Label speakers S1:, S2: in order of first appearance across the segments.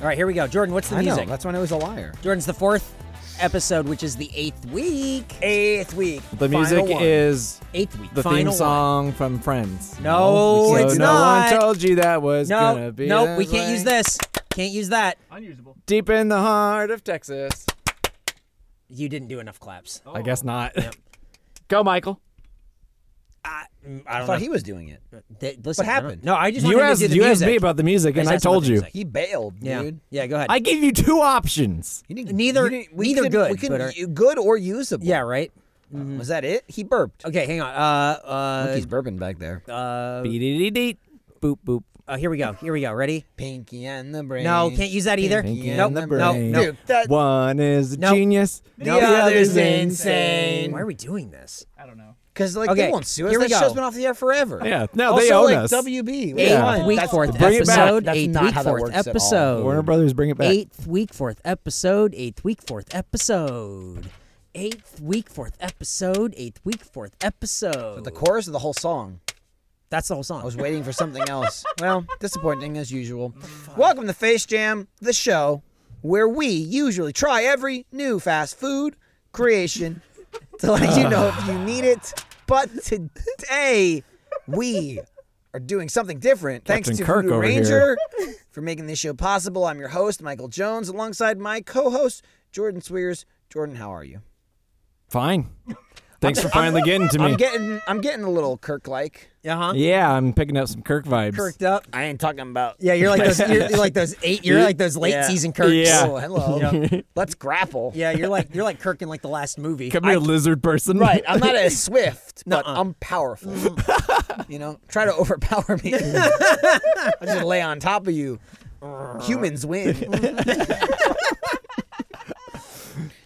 S1: All right, here we go. Jordan, what's the
S2: I
S1: music?
S2: know. That's when I was a liar.
S1: Jordan's the fourth episode, which is the eighth week.
S3: Eighth week.
S2: The music
S3: Final one.
S2: is
S1: Eighth week.
S2: the
S1: final
S2: theme song from Friends.
S1: No,
S2: so
S1: it's
S2: no
S1: not.
S2: one told you that was
S1: One. No,
S2: gonna be.
S1: nope,
S2: that
S1: we can't
S2: way.
S1: use this. Can't use that.
S4: Unusable.
S2: Deep in the heart of Texas.
S1: You didn't do enough claps.
S2: I guess not.
S4: Go, Michael.
S1: Mm,
S3: I,
S1: I don't
S3: thought
S1: know.
S3: he was doing it.
S1: Th- listen, I don't-
S3: happened?
S1: No, I just
S2: you
S1: wanted to
S2: asked
S1: do the
S2: you asked
S1: music.
S2: me about the music, and
S1: just
S2: I
S1: asked about
S2: told
S1: the
S2: you.
S1: music.
S3: He bailed,
S1: Yeah.
S3: dude.
S1: Yeah, go ahead.
S2: I gave you two options.
S3: He didn't,
S1: Neither-
S3: he didn't, we
S1: neither
S3: couldn't-
S1: good,
S3: We couldn't,
S1: but are-
S3: you- good or usable.
S1: yeah, right?
S3: Was that it? He burped.
S1: Okay, hang on. Uh,
S3: He's burping back there.
S1: uh, uh,
S2: Beep boop boop.
S1: uh, here we go. Here we go. Ready?
S3: Pinky and the brain.
S1: No, can't use that either.
S2: Pinky
S1: nope,
S2: and the
S1: nope,
S2: brain.
S1: nope.
S3: Dude, that,
S2: One is a
S1: Nope.
S2: genius.
S3: The other's insane.
S1: Why are we doing this?
S4: I don't know.
S3: Because like
S1: Okay,
S3: they won't sue us.
S1: here we
S3: that show's
S1: go.
S3: been off the air forever.
S2: Yeah, no,
S3: also,
S2: they own
S3: like,
S2: us.
S3: WB.
S1: Eighth
S2: Yeah.
S1: week,
S3: That's-
S1: fourth
S2: Bring it back.
S1: episode.
S3: That's
S1: Eighth
S3: not
S1: week,
S3: how that
S1: fourth
S3: works at all.
S1: episode.
S2: Warner Brothers, bring it back.
S1: Eighth week, fourth episode. Eighth week, fourth episode. Eighth week, fourth episode. Eighth week, fourth episode.
S3: The chorus of the whole song.
S1: That's the whole song.
S3: I was waiting for something else. well, disappointing as usual. Welcome to Face Jam, the show where we usually try every new fast food creation to let you know if you need it. But today, we are doing something different. Thanks
S2: Captain
S3: to
S2: Kirk
S3: Voodoo
S2: over
S3: Ranger
S2: here.
S3: for making this show possible. I'm your host, Michael Jones, alongside my co host, Jordan Swears. Jordan, how are you?
S2: Fine. Thanks for finally getting to me.
S3: I'm getting I'm getting a little Kirk like.
S1: uh-huh.
S2: yeah, I'm picking up some Kirk vibes.
S1: Kirked up.
S3: I ain't talking about
S1: Yeah, you're like those. You're, you're like those eight. You're like those late
S3: Yeah.
S1: season Kirks.
S2: Yeah.
S3: Oh, hello. Let's grapple.
S1: Yeah, you're like you're like Kirk in like the last movie.
S2: Come here, lizard person.
S3: Right. I'm not as swift, but
S1: Nuh-uh. Mm.
S3: I'm powerful. you know, try to overpower me. I just lay on top of you. Humans win.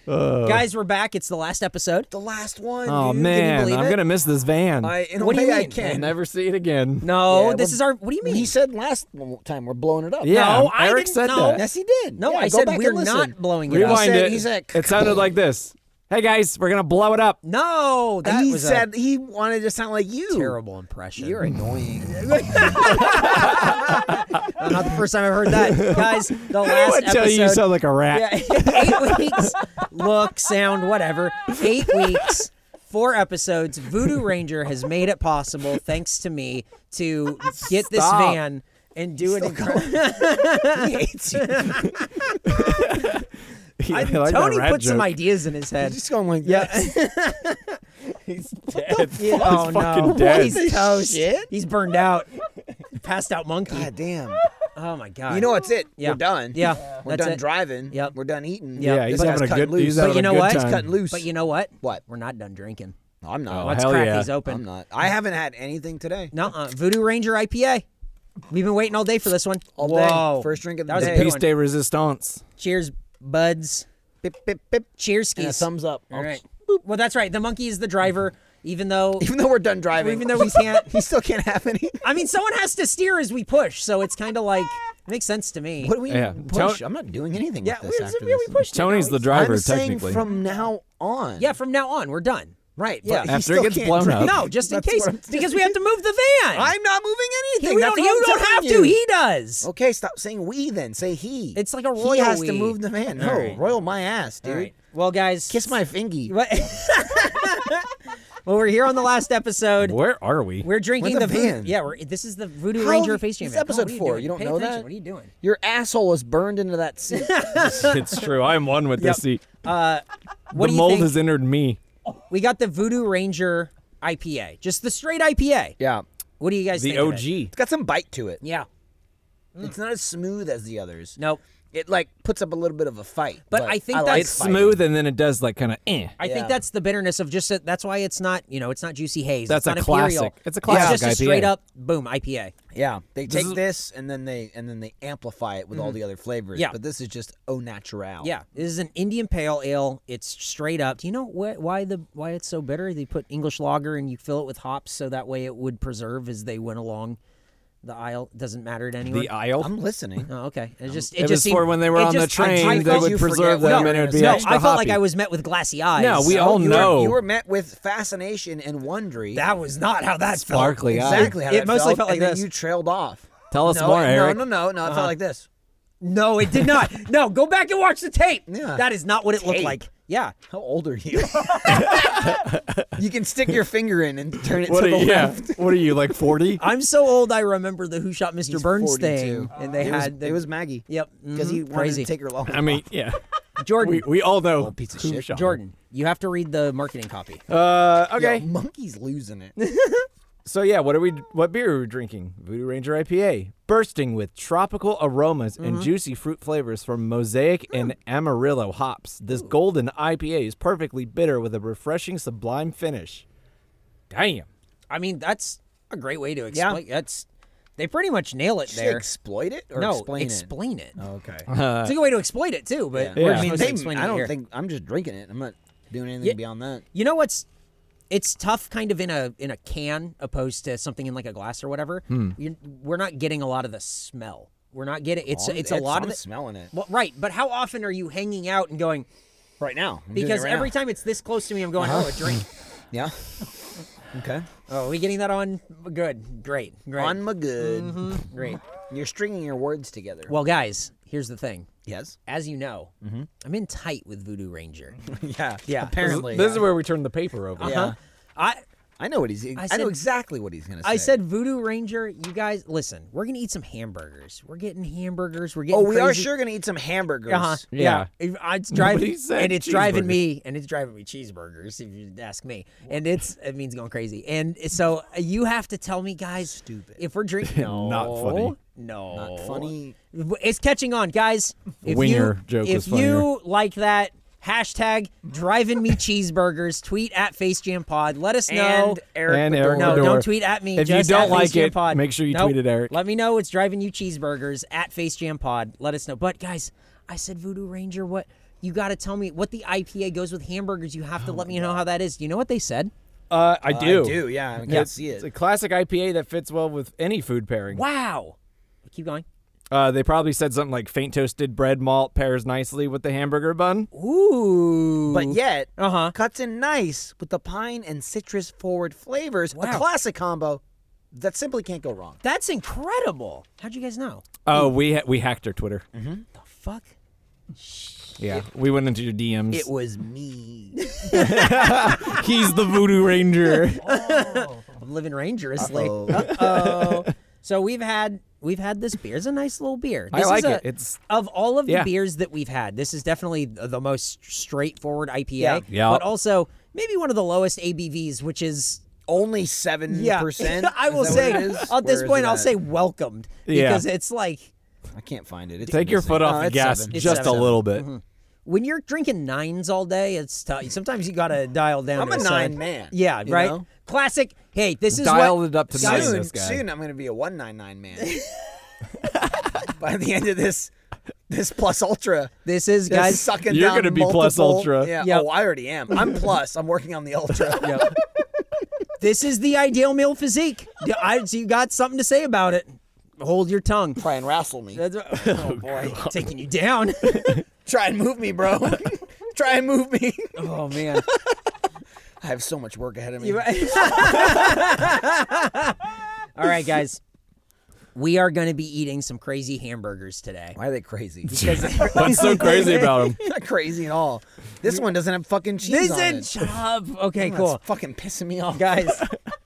S1: Guys, we're back. It's the last episode.
S3: the last one.
S2: oh
S3: dude. Can
S2: man,
S3: you believe
S2: I'm
S3: it?
S2: gonna miss this van.
S3: I, in a
S1: What do
S3: way,
S1: you
S3: I
S1: mean?
S2: I'll
S3: can.
S2: never see it again.
S1: No,
S3: Yeah,
S1: this
S3: well,
S1: is our. What do you mean?
S3: He said last time we're blowing it up.
S2: Yeah,
S1: No, I
S2: Eric
S1: didn't
S2: said
S1: know.
S2: that.
S3: Yes, he did.
S1: no,
S3: Yeah,
S1: I
S3: go
S1: said
S3: back
S1: we're
S3: and listen.
S1: not blowing it up.
S2: Rewind
S3: said-
S2: it.
S3: he said,
S2: it sounded like this. Hey guys, we're gonna blow it up.
S1: No, that
S3: he
S1: was a
S3: said he wanted to sound like you.
S1: terrible impression.
S3: You're annoying.
S1: Not the first time I've heard that, guys. The
S2: I
S1: last
S2: would tell you you
S1: episode.
S2: sound like a rat.
S1: Yeah, eight weeks. Look, sound, whatever. Eight weeks, four episodes. Voodoo Ranger has made it possible, thanks to me, to get this
S2: Stop.
S1: van and do it. incredible.
S3: he hates you.
S2: I like that
S1: Tony
S2: rat
S1: put some
S2: joke.
S1: ideas in his head.
S3: Just going like
S1: Yeah.
S3: this.
S2: He's dead.
S1: Yeah, oh
S2: He's
S1: no!
S2: fucking dead.
S1: He's toast.
S3: Shit.
S1: He's burned out. Passed out monkey.
S3: God damn.
S1: Oh my god!
S3: You know what's it?
S1: Yeah.
S3: We're done.
S1: Yeah,
S3: We're
S1: that's
S3: done
S1: it.
S3: driving.
S1: Yep.
S3: We're done eating.
S1: Yeah,
S2: Yeah,
S3: This
S2: he's
S3: guy's
S2: having a
S3: cutting
S2: good.
S3: loose.
S2: He's
S3: But
S2: having
S1: you know
S2: a good
S1: what? He's
S2: time.
S3: cutting loose.
S1: But you know what?
S3: What?
S1: We're not done drinking.
S3: I'm not.
S2: Oh,
S1: Let's
S2: hell
S1: crack
S2: yeah.
S1: these open.
S3: I'm not. I haven't had anything today.
S1: No, uh, Voodoo Ranger IPA. We've been waiting all day for this one.
S3: All day.
S1: Whoa.
S3: First drink of the
S1: that was
S3: day.
S1: A big
S2: Peace
S1: one.
S2: de resistance.
S1: Cheers, buds.
S3: Bip, bip, bip.
S1: Cheers,
S3: And a
S1: skis.
S3: thumbs up.
S1: All right. Well, that's right. The monkey is the driver, even though.
S3: Mm-hmm. Even though we're done driving,
S1: Even though we can't-
S3: he still can't have any.
S1: I mean, someone has to steer as we push, so it's kind of like it makes sense to me.
S3: What do we
S2: Yeah.
S3: push?
S2: Tell-
S3: I'm not doing anything
S1: yeah,
S3: with this
S1: we,
S3: after
S1: we,
S3: this.
S1: we pushed. it.
S2: Tony's the driver,
S3: I'm saying
S2: technically.
S3: from now on.
S1: Yeah, from now on, we're done.
S3: right.
S1: yeah.
S3: But he
S2: After it
S3: still
S2: gets
S3: can't
S2: blown
S3: drink.
S2: up.
S1: No, just in
S3: That's
S1: case,
S3: what I'm doing.
S1: because we have to move the van.
S3: I'm not moving
S1: He-
S3: anything.
S1: we
S3: That's
S1: don't,
S3: what
S1: you
S3: I'm
S1: don't have
S3: telling
S1: to.
S3: you.
S1: He does.
S3: Okay, stop saying we then. Say he.
S1: It's like a
S3: He
S1: royal
S3: has
S1: we.
S3: to move the van. No,
S1: All right.
S3: royal my ass, dude.
S1: All right. Well, guys,
S3: Kiss my fingy.
S1: What? well, we're here on the last episode.
S2: Where are we?
S1: We're drinking
S3: We're
S1: the,
S3: the
S1: voodoo-
S3: van.
S1: Yeah, we're, this is the Voodoo
S3: How-
S1: Ranger face jam.
S3: it's
S1: Come on,
S3: episode
S1: what are
S3: four.
S1: doing?
S3: You don't
S1: Pay
S3: know
S1: attention.
S3: that?
S1: What are you doing?
S3: Your asshole is burned into that seat.
S2: it's true. I am one with
S1: Yep.
S2: this seat.
S1: What
S2: the
S1: do you
S2: mold
S1: think?
S2: has entered me.
S1: we got the Voodoo Ranger IPA, just the straight IPA.
S3: yeah.
S1: What do you guys
S2: The
S1: think? of it?
S2: OG.
S3: It's got some bite to it.
S1: Yeah.
S3: It's not as smooth as the others.
S1: Nope.
S3: It like puts up a little bit of a fight.
S1: But I think
S3: like
S1: that's-
S2: It's
S3: fighting.
S2: smooth, and then it does like kind of eh.
S1: I
S3: Yeah.
S1: think that's the bitterness of just a, that's why it's not you know it's not juicy haze. it's
S2: That's
S1: not
S2: a
S1: imperial.
S2: classic. It's a classic
S1: It's just a
S2: IPA.
S1: straight up boom IPA.
S3: Yeah. They
S2: This
S3: take
S2: is-
S3: this and then they and then they amplify it with all the other flavors.
S1: Yeah.
S3: But this is just au natural.
S1: Yeah, this is an Indian Pale Ale. It's straight up. Do you know wh- why the why it's so bitter? They put English lager and you fill it with hops, so that way it would preserve as they went along the aisle. Doesn't matter to anyone.
S2: The aisle. Um,
S3: I'm listening.
S1: oh, okay. It just it,
S2: it
S1: just
S2: was
S1: seemed,
S2: for when they were
S1: it
S2: on the
S1: just- I- I
S2: train. They
S1: felt-
S3: thought
S2: would
S3: you forgot
S2: preserve
S3: what
S2: them,
S3: we
S2: and it
S3: were
S2: would be
S1: no,
S3: gonna
S1: I
S2: extra
S1: felt like
S2: hoppy.
S1: I was met with glassy eyes.
S2: No, we
S3: So
S2: all
S3: you
S2: know.
S3: Were, you were met with fascination and wonder.
S1: that was not how that
S2: Sparkly
S1: felt.
S2: eyes.
S3: exactly how
S1: It
S3: that
S1: mostly felt like
S3: and then
S1: this.
S3: you trailed off.
S2: Tell us
S3: no,
S2: more,
S3: no,
S2: Eric.
S3: No, no, no, It felt like this.
S1: No, it did not. No, go back and watch the tape.
S3: Yeah.
S1: That is not what it looked
S3: Tape?
S1: like. Yeah.
S3: How old are you? you can stick your finger in and turn it
S2: What
S3: to
S2: are,
S3: the
S2: yeah.
S3: left.
S2: what are you like forty?
S1: I'm so old I remember the Who Shot Mr. Burns
S3: 42.
S1: thing. And they
S3: it
S1: had
S3: was,
S1: the,
S3: it was Maggie.
S1: Yep.
S3: Because he
S1: mhm,
S3: wanted
S1: crazy.
S3: to take her long.
S2: I mean, yeah.
S1: Jordan.
S2: We we all know
S3: piece of
S2: who
S3: shit.
S2: shot him.
S1: Jordan, you have to read the marketing copy.
S2: Uh, okay.
S3: Yo, monkey's losing it.
S2: So yeah, what are we? What beer are we drinking? Voodoo Ranger IPA, bursting with tropical aromas and juicy fruit flavors from Mosaic and Amarillo hops. This golden IPA is perfectly bitter with a refreshing, sublime finish. Damn.
S1: I mean, that's a great way to explain. That's they pretty much nail it
S3: Should
S1: there.
S3: exploit it or
S1: no,
S3: explain
S1: explain it.
S3: it? Okay.
S1: It's a good way to exploit it too. But we're
S2: Yeah.
S1: supposed
S3: I mean,
S1: to
S3: they-
S1: explain
S3: I
S1: it
S3: don't
S1: here.
S3: think I'm just drinking it. I'm not doing anything
S1: Yeah.
S3: beyond that.
S1: You know what's it's tough kind of in a in a can opposed to something in like a glass or whatever.
S3: Hmm.
S1: You, we're not getting a lot of the smell. We're not getting it's
S3: I'm-
S1: it's a lot
S3: I'm
S1: of the
S3: smelling it
S1: well, right, but how often are you hanging out and going
S3: right now I'm doing it
S1: because
S3: right
S1: every
S3: now. Uh-huh. Hmm.
S1: time it's this close to me I'm going, "Oh, a drink."
S3: Yeah. okay.
S1: Oh, are we getting that on good. Great. Great.
S3: On my good.
S1: great.
S3: You're stringing your words together.
S1: Mm-hmm. Well, guys, here's the thing.
S3: yes.
S1: As you know,
S3: Mm-hmm.
S1: I'm in tight with Voodoo Ranger.
S3: yeah.
S1: Yeah.
S3: Apparently.
S2: This is
S3: yeah.
S2: where we turn the paper over.
S3: Yeah.
S1: uh-huh. I
S3: I know what he's. I,
S1: said-
S3: know exactly what he's gonna say.
S1: I said Voodoo Ranger, you guys listen, we're gonna eat some hamburgers. We're getting hamburgers, we're getting
S3: Oh, we are
S1: crazy-
S3: sure gonna eat some hamburgers.
S1: Uh-huh.
S2: Yeah.
S1: If- I- It's driving,
S2: Nobody said
S1: and it's driving
S2: cheeseburgers.
S1: me, and it's driving me cheeseburgers. If you ask me, and it's it means going crazy. And so uh, you have to tell me, guys,
S3: Stupid.
S1: If we're drinking, no,
S2: Not funny.
S1: no,
S3: Not funny.
S1: It's catching on, guys. If
S2: Winger
S1: you,
S2: joke
S1: If
S2: was
S1: you like that. Hashtag driving me cheeseburgers. Tweet at Face Jam Pod. Let us know.
S3: And Eric.
S2: And Eric
S3: Bedore.
S1: No,
S2: Fedor.
S1: don't tweet at me.
S2: If you
S1: just
S2: don't
S1: at Face
S2: like
S1: Jam
S2: it,
S1: Pod.
S2: make sure you
S1: Nope.
S2: tweet at Eric.
S1: Let me know it's driving you cheeseburgers at Face Jam Pod. Let us know. But guys, I said Voodoo Ranger. What you got to tell me? What the IPA goes with hamburgers? You have to let me know how that is. You know what they said?
S2: Uh, I do.
S3: I do. Yeah. I can't
S2: Yeah,
S3: see
S2: It's a
S3: it.
S2: classic IPA that fits well with any food pairing.
S1: Wow. Keep going.
S2: Uh, they probably said something like faint toasted bread malt pairs nicely with the hamburger bun.
S1: Ooh.
S3: But yet,
S1: Uh-huh.
S3: cuts in nice with the pine and citrus forward flavors.
S1: Wow.
S3: A classic combo that simply can't go wrong.
S1: that's incredible. How'd you guys know?
S2: Oh, we ha- we hacked our Twitter.
S1: The fuck.
S2: Yeah, we went into your DMs.
S3: It was me.
S2: He's the Voodoo Ranger.
S1: I'm living rangerously.
S3: Uh-oh.
S1: Uh-oh. Oh. so we've had we've had this beer. It's a nice little beer.
S2: I
S1: This is
S2: like
S1: a-
S2: it. It's-
S1: of all of the
S2: Yeah.
S1: beers that we've had, this is definitely th- the most straightforward IPA.
S3: Yeah.
S2: Yeah.
S1: But also maybe one of the lowest ABVs, which is
S3: Only seven percent.
S1: I will say at this point I'll say welcomed
S2: Yeah.
S1: because it's like
S3: I can't find it. It's
S2: Take your
S3: missing.
S2: foot
S3: Oh,
S2: off the
S3: it's
S2: gas
S3: seven.
S1: It's
S2: just
S1: seven.
S2: a little bit.
S1: when you're drinking nines all day, it's tough. Sometimes you gotta dial down.
S3: I'm
S1: to
S3: a
S1: the side.
S3: nine man,
S1: Yeah,
S3: you
S1: right.
S3: know?
S1: Classic. Hey, this is
S2: Dialed
S1: what,
S2: it up to nine.
S1: guys,
S3: soon,
S2: this guy.
S3: soon I'm going to be a one nine nine man. By the end of this, this plus ultra,
S1: This is
S3: this
S1: guys.
S3: sucking
S2: You're
S3: down
S2: gonna be plus
S3: multiple-
S2: ultra.
S3: Yeah.
S1: Yep.
S3: Oh, I already am. I'm plus. I'm working on the ultra.
S1: This is the ideal meal physique. Yeah, I, so you got something to say about it? Hold your tongue.
S3: Try and wrestle me.
S1: That's what- oh boy, taking you down.
S3: Try and move me, bro. Try and move me.
S1: oh man.
S3: I have so much work ahead of me.
S1: You- All right, guys. We are going to be eating some crazy hamburgers today.
S3: Why are they crazy?
S2: What's so crazy about him?
S3: not crazy at all. This one doesn't have fucking cheese
S1: This
S3: on
S1: and
S3: it.
S1: chub. Okay,
S3: That's
S1: cool.
S3: fucking pissing me off.
S1: Guys,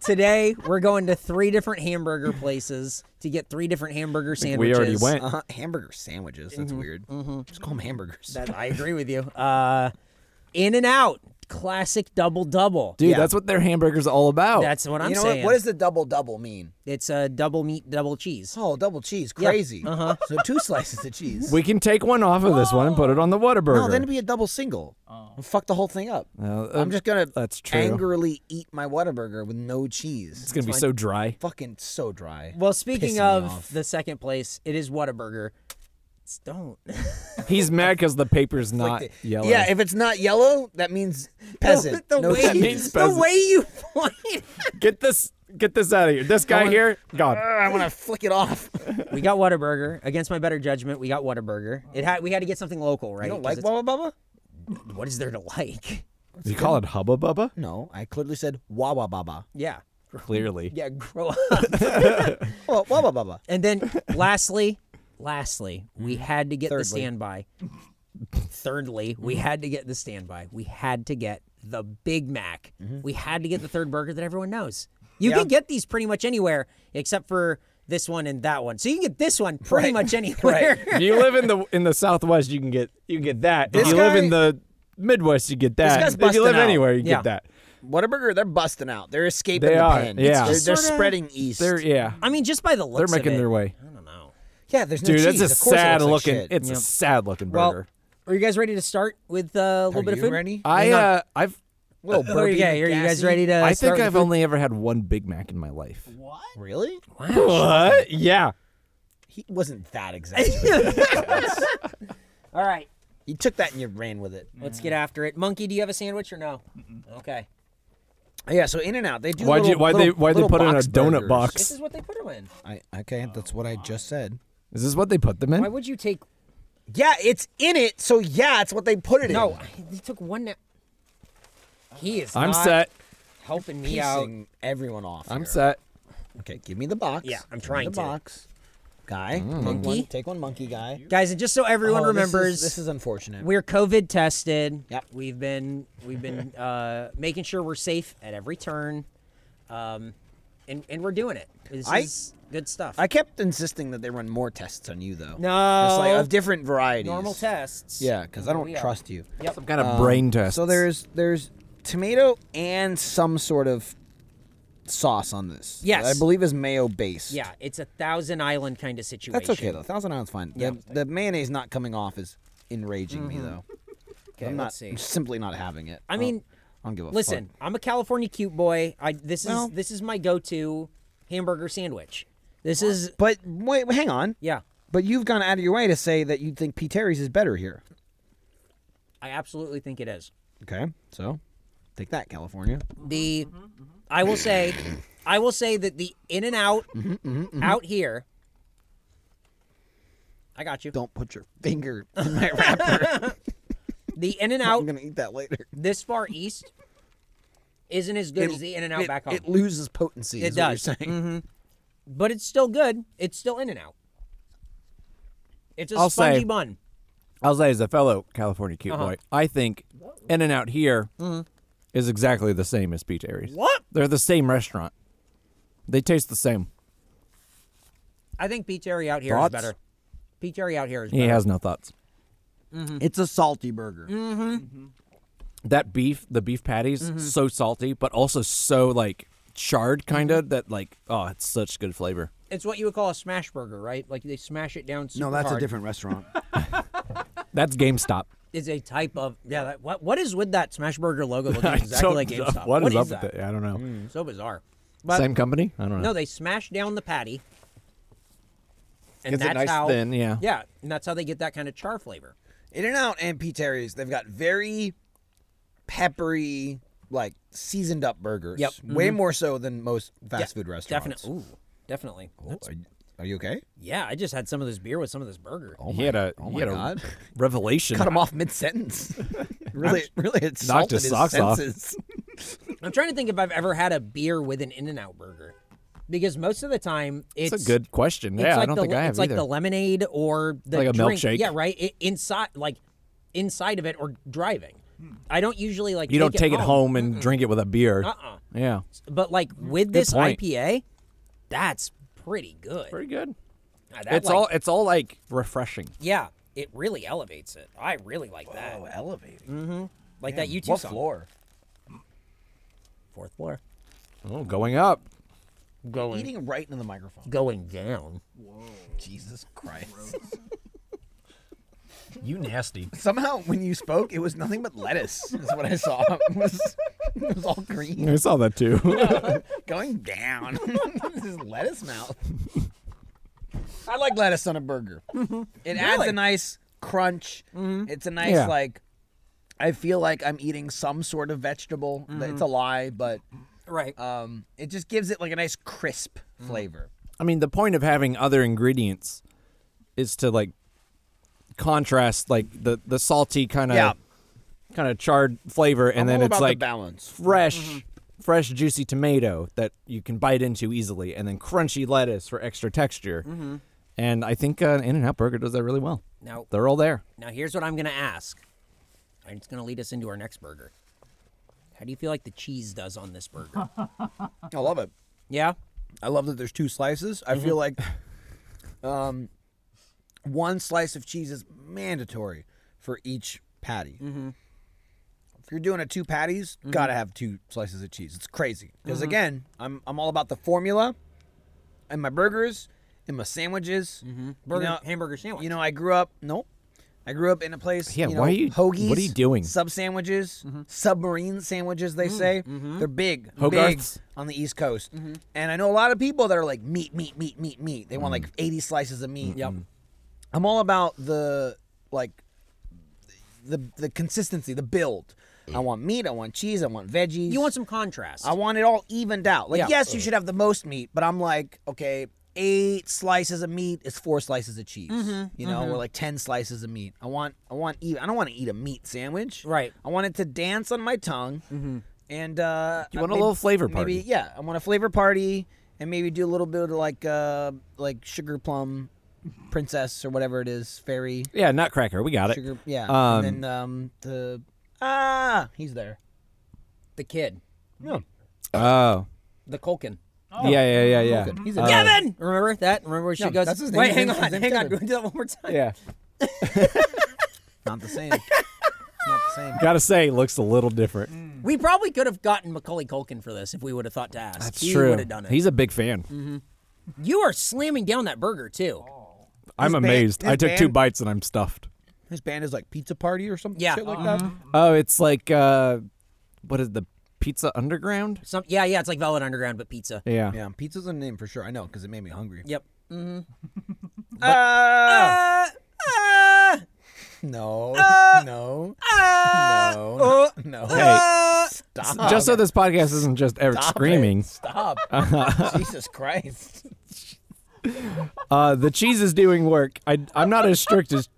S1: today we're going to three different hamburger places to get three different hamburger
S2: We
S1: sandwiches.
S2: already went.
S3: Uh-huh. Hamburger sandwiches. That's weird. Just call them hamburgers.
S1: That- I agree with you. Uh, in and out, classic double double.
S2: Dude, that's what their hamburger's all about.
S1: That's what I'm
S3: you know
S1: saying.
S3: what? What does the double double mean?
S1: It's a double meat, double cheese.
S3: Oh, double cheese. Crazy. Uh-huh. So two slices of cheese.
S2: we can take one off of this one and put it on the Whataburger.
S3: no, then it'd be a double single. Fuck the whole thing up.
S2: No,
S3: I'm
S2: uh,
S3: just gonna
S2: that's true.
S3: angrily eat my Whataburger with no cheese.
S2: it's gonna be so dry.
S3: fucking so dry.
S1: Well, speaking
S3: Pissing me
S1: of
S3: off.
S1: the second place, it is Whataburger. It's don't.
S2: He's mad because the paper's not
S3: Like the-
S2: yellow.
S3: Yeah, if it's not yellow, that means peasant.
S1: the,
S3: no
S1: way,
S3: cheese.
S2: means
S1: the
S2: peasant.
S1: way you point.
S2: get this, get this out of here. This guy here, gone.
S3: Ugh, I want to flick it off.
S1: we got Whataburger. Against my better judgment, we got Whataburger. It had we had to get something local, right?
S3: You don't
S1: 'Cause
S3: like
S1: it's-
S3: Bubba Bubba?
S1: what is there to like?
S2: Did you call it Hubba Bubba?
S3: No, I clearly said Wawa Baba.
S1: Yeah.
S2: Clearly.
S1: Yeah, grow up.
S3: Well, Wawa Baba.
S1: and then lastly, Lastly, we had to get the
S3: Mm. Thirdly. Mm.
S1: standby. Thirdly, we had to get the standby. We had to get the Big Mac.
S3: Mm-hmm.
S1: We had to get the third burger that everyone knows. You can get these pretty much anywhere except for this one and that one. So you can get this one pretty
S3: Right.
S1: much anywhere.
S2: If you live in the in the Southwest, you can get you can get that.
S3: This
S2: if you live
S3: guy-
S2: in the Midwest, you get that.
S3: guy's
S2: If you
S3: busting
S2: live
S3: out.
S2: anywhere, you
S1: Yeah.
S2: get that.
S3: Whataburger, they're busting out. They're escaping
S2: They
S3: the
S2: are,
S3: pen.
S2: yeah.
S3: They're,
S2: It's
S3: they're
S1: sorta-
S3: spreading east.
S2: They're yeah.
S1: I mean, just by the
S2: They're
S1: looks
S2: making
S1: of it,
S2: their way.
S1: I don't know.
S3: yeah, there's no
S2: Dude,
S3: cheese.
S2: that's a
S3: Of course it
S2: sad
S3: looks like
S2: looking.
S3: shit.
S2: it's a sad looking
S1: Well,
S2: burger.
S1: are you guys ready to start with uh, a little
S3: Are
S1: bit
S3: you
S1: of food?
S3: ready?
S2: I uh, I've
S3: Little
S1: Where you,
S3: burpy,
S1: guys- are you guys
S3: gassy.
S1: ready to?
S2: I
S1: start
S2: think
S1: with
S2: I've
S1: food?
S2: only ever had one Big Mac in my life.
S3: Really?
S2: What? Yeah.
S3: He wasn't that exaggerated.
S1: All right,
S3: you took that and you ran with it.
S1: let's get after it. Monkey, do you have a sandwich or no? Okay,
S3: Yeah, so In and Out, they do.
S2: Why'd you-
S3: little-
S2: why'd they-
S3: little-
S2: why'd they
S3: little
S2: put it in a
S3: box
S2: donut
S3: burgers.
S2: box?
S1: this is what they put them in.
S3: I, okay, that's what I just said.
S2: Is this what they put them
S1: Why
S2: in?
S1: would you take?
S3: Yeah, it's in it, so yeah, it's what they put it
S1: No,
S3: in.
S1: they took one. Na- he is.
S2: I'm
S1: not
S2: set.
S1: Helping me out.
S3: Piecing everyone off.
S2: I'm
S3: here.
S2: set.
S3: Okay, give me the box.
S1: Yeah, I'm
S3: Give me
S1: trying
S3: the
S1: to.
S3: box. Guy, take
S1: Monkey?
S3: one, take one, monkey guy.
S1: Guys, and just so everyone
S3: Oh, this is-
S1: remembers,
S3: this is, unfortunate.
S1: we're COVID tested.
S3: Yep.
S1: We've been we've been uh, making sure we're safe at every turn, um, and and we're doing it. This
S3: I-
S1: is good stuff.
S3: I kept insisting that they run more tests on you though.
S1: No.
S3: Just like of different varieties.
S1: normal tests.
S3: Yeah, because I don't
S1: We are.
S3: trust you. Um,
S1: Yep.
S2: Some kind of brain test.
S3: So there's there's tomato and some sort of sauce on this.
S1: Yes.
S3: I believe is mayo based.
S1: Yeah, it's a thousand island kind of situation.
S3: That's okay though. Thousand Island's fine. The, the mayonnaise not coming off is enraging me though.
S1: Okay,
S3: I'm
S1: Mm-hmm.
S3: not
S1: let's see.
S3: I'm simply not having it.
S1: I
S3: don't-
S1: mean,
S3: I don't give a
S1: Listen, I'm a California cute boy. I this is
S3: Well-
S1: this is my go-to hamburger sandwich. This is
S3: fuck. But wait, hang on.
S1: yeah.
S3: But you've gone out of your way to say that you think Pete Terry's is better here.
S1: I absolutely think it is.
S3: Okay, so take that, California.
S1: The I will say I will say that the in and out out here I got you.
S3: Don't put your finger in my wrapper.
S1: The in and
S3: I'm
S1: out
S3: gonna eat that later.
S1: this far east isn't as good as the in and out
S3: it,
S1: back home.
S3: It loses potency.
S1: It
S3: is what
S1: does. Mm-hmm.
S3: You're saying.
S1: but it's still good. It's still in and out. It's a
S2: I'll say-
S1: spongy bun.
S2: I'll say as a fellow California cute boy, I think In and Out here is
S1: Mm-hmm.
S2: exactly the same as Pete Aries.
S1: What?
S2: They're the same restaurant. They taste the same.
S1: I think peach cherry out here is
S2: Thoughts?
S1: better. Peach cherry out here is
S2: He
S1: better.
S2: has no thoughts.
S3: It's a salty burger.
S1: Mm-hmm.
S2: That beef, the beef patties, so salty, but also so like charred kind
S1: Mm-hmm.
S2: of that like oh, it's such good flavor.
S1: It's what you would call a smash burger, right? Like they smash it down. Super
S4: No, that's
S1: hard.
S4: a different restaurant.
S2: That's GameStop.
S1: It's a type of yeah. That, what what is with that smash burger logo looking exactly
S2: don't
S1: like
S2: know.
S1: GameStop?
S2: What is up
S1: that?
S2: with it? I don't know.
S1: So bizarre. But
S2: same company? I don't know.
S1: no, they smash down the patty, and
S2: Gets it
S1: that's
S2: nice
S1: how
S2: thin, yeah.
S1: yeah, and that's how they get that kind of char flavor.
S3: In and Out and Pete Terry's, they've got very peppery, like seasoned up burgers.
S1: Yep.
S3: Way more so than most fast food restaurants.
S1: Definitely, ooh, definitely. That's-
S3: Are you, are you okay?
S1: yeah, I just had some of this beer with some of this burger.
S3: Oh
S2: he had a
S3: oh
S2: he
S3: my
S2: had a
S3: God.
S2: revelation.
S3: Cut him off mid sentence. really, really, it's
S2: knocked his socks off.
S3: senses.
S1: I'm trying to think if I've ever had a beer with an In-N-Out burger, because most of the time it's,
S2: It's, a good question.
S1: It's
S2: Yeah,
S1: like
S2: I don't
S1: the,
S2: think I have
S1: It's like
S2: either.
S1: the lemonade or the
S2: Like a
S1: drink.
S2: milkshake.
S1: Yeah, right. It, inside, like inside of it or driving. I don't usually like.
S2: you don't take it home and drink it with a beer.
S1: Uh-uh.
S2: Yeah.
S1: But like with this
S2: point.
S1: IPA, that's pretty good.
S2: Pretty good.
S1: Uh, that,
S2: it's
S1: like-
S2: all it's all like refreshing.
S1: Yeah, it really elevates it. I really like that.
S3: Oh, elevating.
S1: Like that YouTube
S3: What
S1: song.
S3: floor?
S1: Fourth floor.
S2: Oh, going up.
S1: Going
S3: Eating right into the microphone.
S1: going down.
S3: Jesus Christ.
S2: You nasty.
S3: Somehow, when you spoke, it was nothing but lettuce. Is what I saw. It was, it was all green,
S2: I saw that too.
S3: going down. this is lettuce mouth. I like lettuce on a burger.
S2: Mm-hmm.
S3: It adds a nice crunch. It's a nice
S2: Yeah.
S3: like. I feel like I'm eating some sort of vegetable. It's
S2: Mm-hmm.
S3: a lie, but
S1: Right.
S3: um, it just gives it like a nice crisp flavor.
S2: I mean, the point of having other ingredients is to like contrast like the the salty kind of
S3: Yeah.
S2: kind of charred flavor, and
S3: I'm
S2: then
S3: all
S2: it's
S3: about
S2: like
S3: the mm-hmm. balance.
S2: fresh, fresh
S3: Mm-hmm.
S2: juicy tomato that you can bite into easily, and then crunchy lettuce for extra texture. And I think uh, In and Out Burger does that really well.
S1: Now,
S2: They're all there.
S1: now here's what I'm gonna ask, and it's gonna lead us into our next burger. How do you feel like the cheese does on this burger?
S3: I love it.
S1: yeah,
S3: I love that there's two slices. I feel
S2: Mm-hmm.
S3: like um, one slice of cheese is mandatory for each patty.
S2: Mm-hmm.
S3: If you're doing a two patties, gotta have two slices of cheese. It's crazy because
S2: Mm-hmm.
S3: again, I'm I'm all about the formula, and my burgers, and my sandwiches.
S2: Mm-hmm.
S1: burger,
S3: You know,
S1: hamburger sandwich.
S3: you know, I grew up. Nope. I grew up in a place.
S2: Yeah,
S3: you know,
S2: why are you- what are
S3: hoagies?
S2: you doing? Mm-hmm. Mm,
S3: Sub sandwiches, submarine sandwiches. They say they're big,
S2: Hogarths?
S3: big on the East Coast.
S1: Mm-hmm.
S3: And I know a lot of people that are like meat, meat, meat, meat, meat. They want like eighty slices of meat.
S1: yep.
S3: I'm all about the like the the consistency, the build. I want meat. I want cheese. I want veggies.
S1: You want some contrast.
S3: I want it all evened out. Like,
S1: Yeah.
S3: yes, you should have the most meat, but I'm like, okay, eight slices of meat is four slices of cheese.
S2: Mm-hmm,
S3: You know, or like ten slices of meat. I want, I want, eat, I don't want to eat a meat sandwich.
S1: Right.
S3: I want it to dance on my tongue. And uh,
S2: Mm-hmm. You want a
S3: maybe-
S2: little flavor party.
S3: Maybe, yeah, I want a flavor party, and maybe do a little bit of like, uh, like sugar plum princess or whatever it is, fairy
S2: Yeah, Nutcracker. We got it.
S3: sugar. Yeah.
S2: Um,
S3: and then um, the ah, he's there.
S1: the kid,
S2: Oh.
S1: the Colkin.
S3: Oh.
S2: Yeah, yeah, yeah, yeah.
S3: He's a-
S2: Uh,
S1: Kevin, remember that? Remember where she
S3: No,
S1: goes?
S3: that's his name.
S1: Wait,
S3: His
S1: hang
S3: name's-
S1: on,
S3: his name's
S1: hang on. Do
S3: Kevin.
S1: that one more time.
S2: yeah.
S3: Not the same. it's not the same.
S2: Gotta say, it looks a little different.
S1: We probably could have gotten Macaulay Culkin for this if we would have thought to ask.
S2: That's
S1: he
S2: true.
S1: would have done it. Mm-hmm.
S2: He's a big fan.
S1: you are slamming down that burger too.
S3: Oh.
S2: I'm
S3: His band-
S2: amazed.
S3: his
S2: I took two
S3: band-
S2: bites and I'm stuffed.
S3: His band is like Pizza Party or something.
S1: Yeah.
S3: shit like that.
S1: Mm-hmm.
S2: Oh, it's like uh, what is the Pizza Underground?
S1: Some, yeah, yeah. It's like Velvet Underground but pizza.
S2: Yeah.
S3: Yeah, pizza's a name for sure. I know because it made me hungry.
S1: Yep.
S3: Ah!
S1: Uh, uh,
S3: no, no,
S1: uh,
S3: no, no.
S2: Hey.
S3: Stop.
S2: Just so this podcast isn't just Eric
S3: Stop it.
S2: screaming.
S3: Stop.
S2: Uh-huh.
S3: Jesus Christ.
S2: Uh, the cheese is doing work. I, I'm not as strict as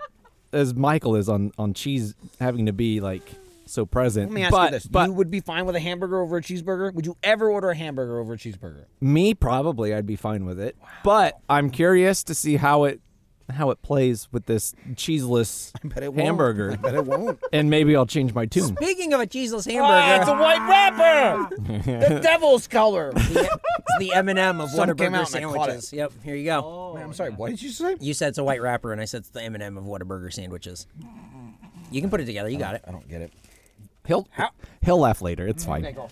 S2: as Michael is on on cheese having to be like so present.
S3: Let me ask
S2: but,
S3: you this:
S2: But
S3: You would be fine with a hamburger over a cheeseburger? Would you ever order a hamburger over a cheeseburger?
S2: me probably I'd be fine with it. But I'm curious to see how it how it plays with this cheeseless
S3: bet it won't.
S2: hamburger.
S3: But it won't.
S2: And maybe I'll change my tune.
S1: Speaking of a cheeseless
S3: ah, it's a
S1: hamburger,
S3: white wrapper. the devil's color.
S1: it's the M&M of
S3: Some came
S1: Whataburger
S3: out and I caught
S1: sandwiches. Yep, here you go.
S3: Man, I'm sorry. What did you say?
S1: You said it's a white wrapper, and I said it's the M&M of Whataburger sandwiches. You can put it together. You got it.
S3: I don't get it.
S2: He'll he'll laugh later. It's fine.
S3: Mm-hmm. go.
S1: All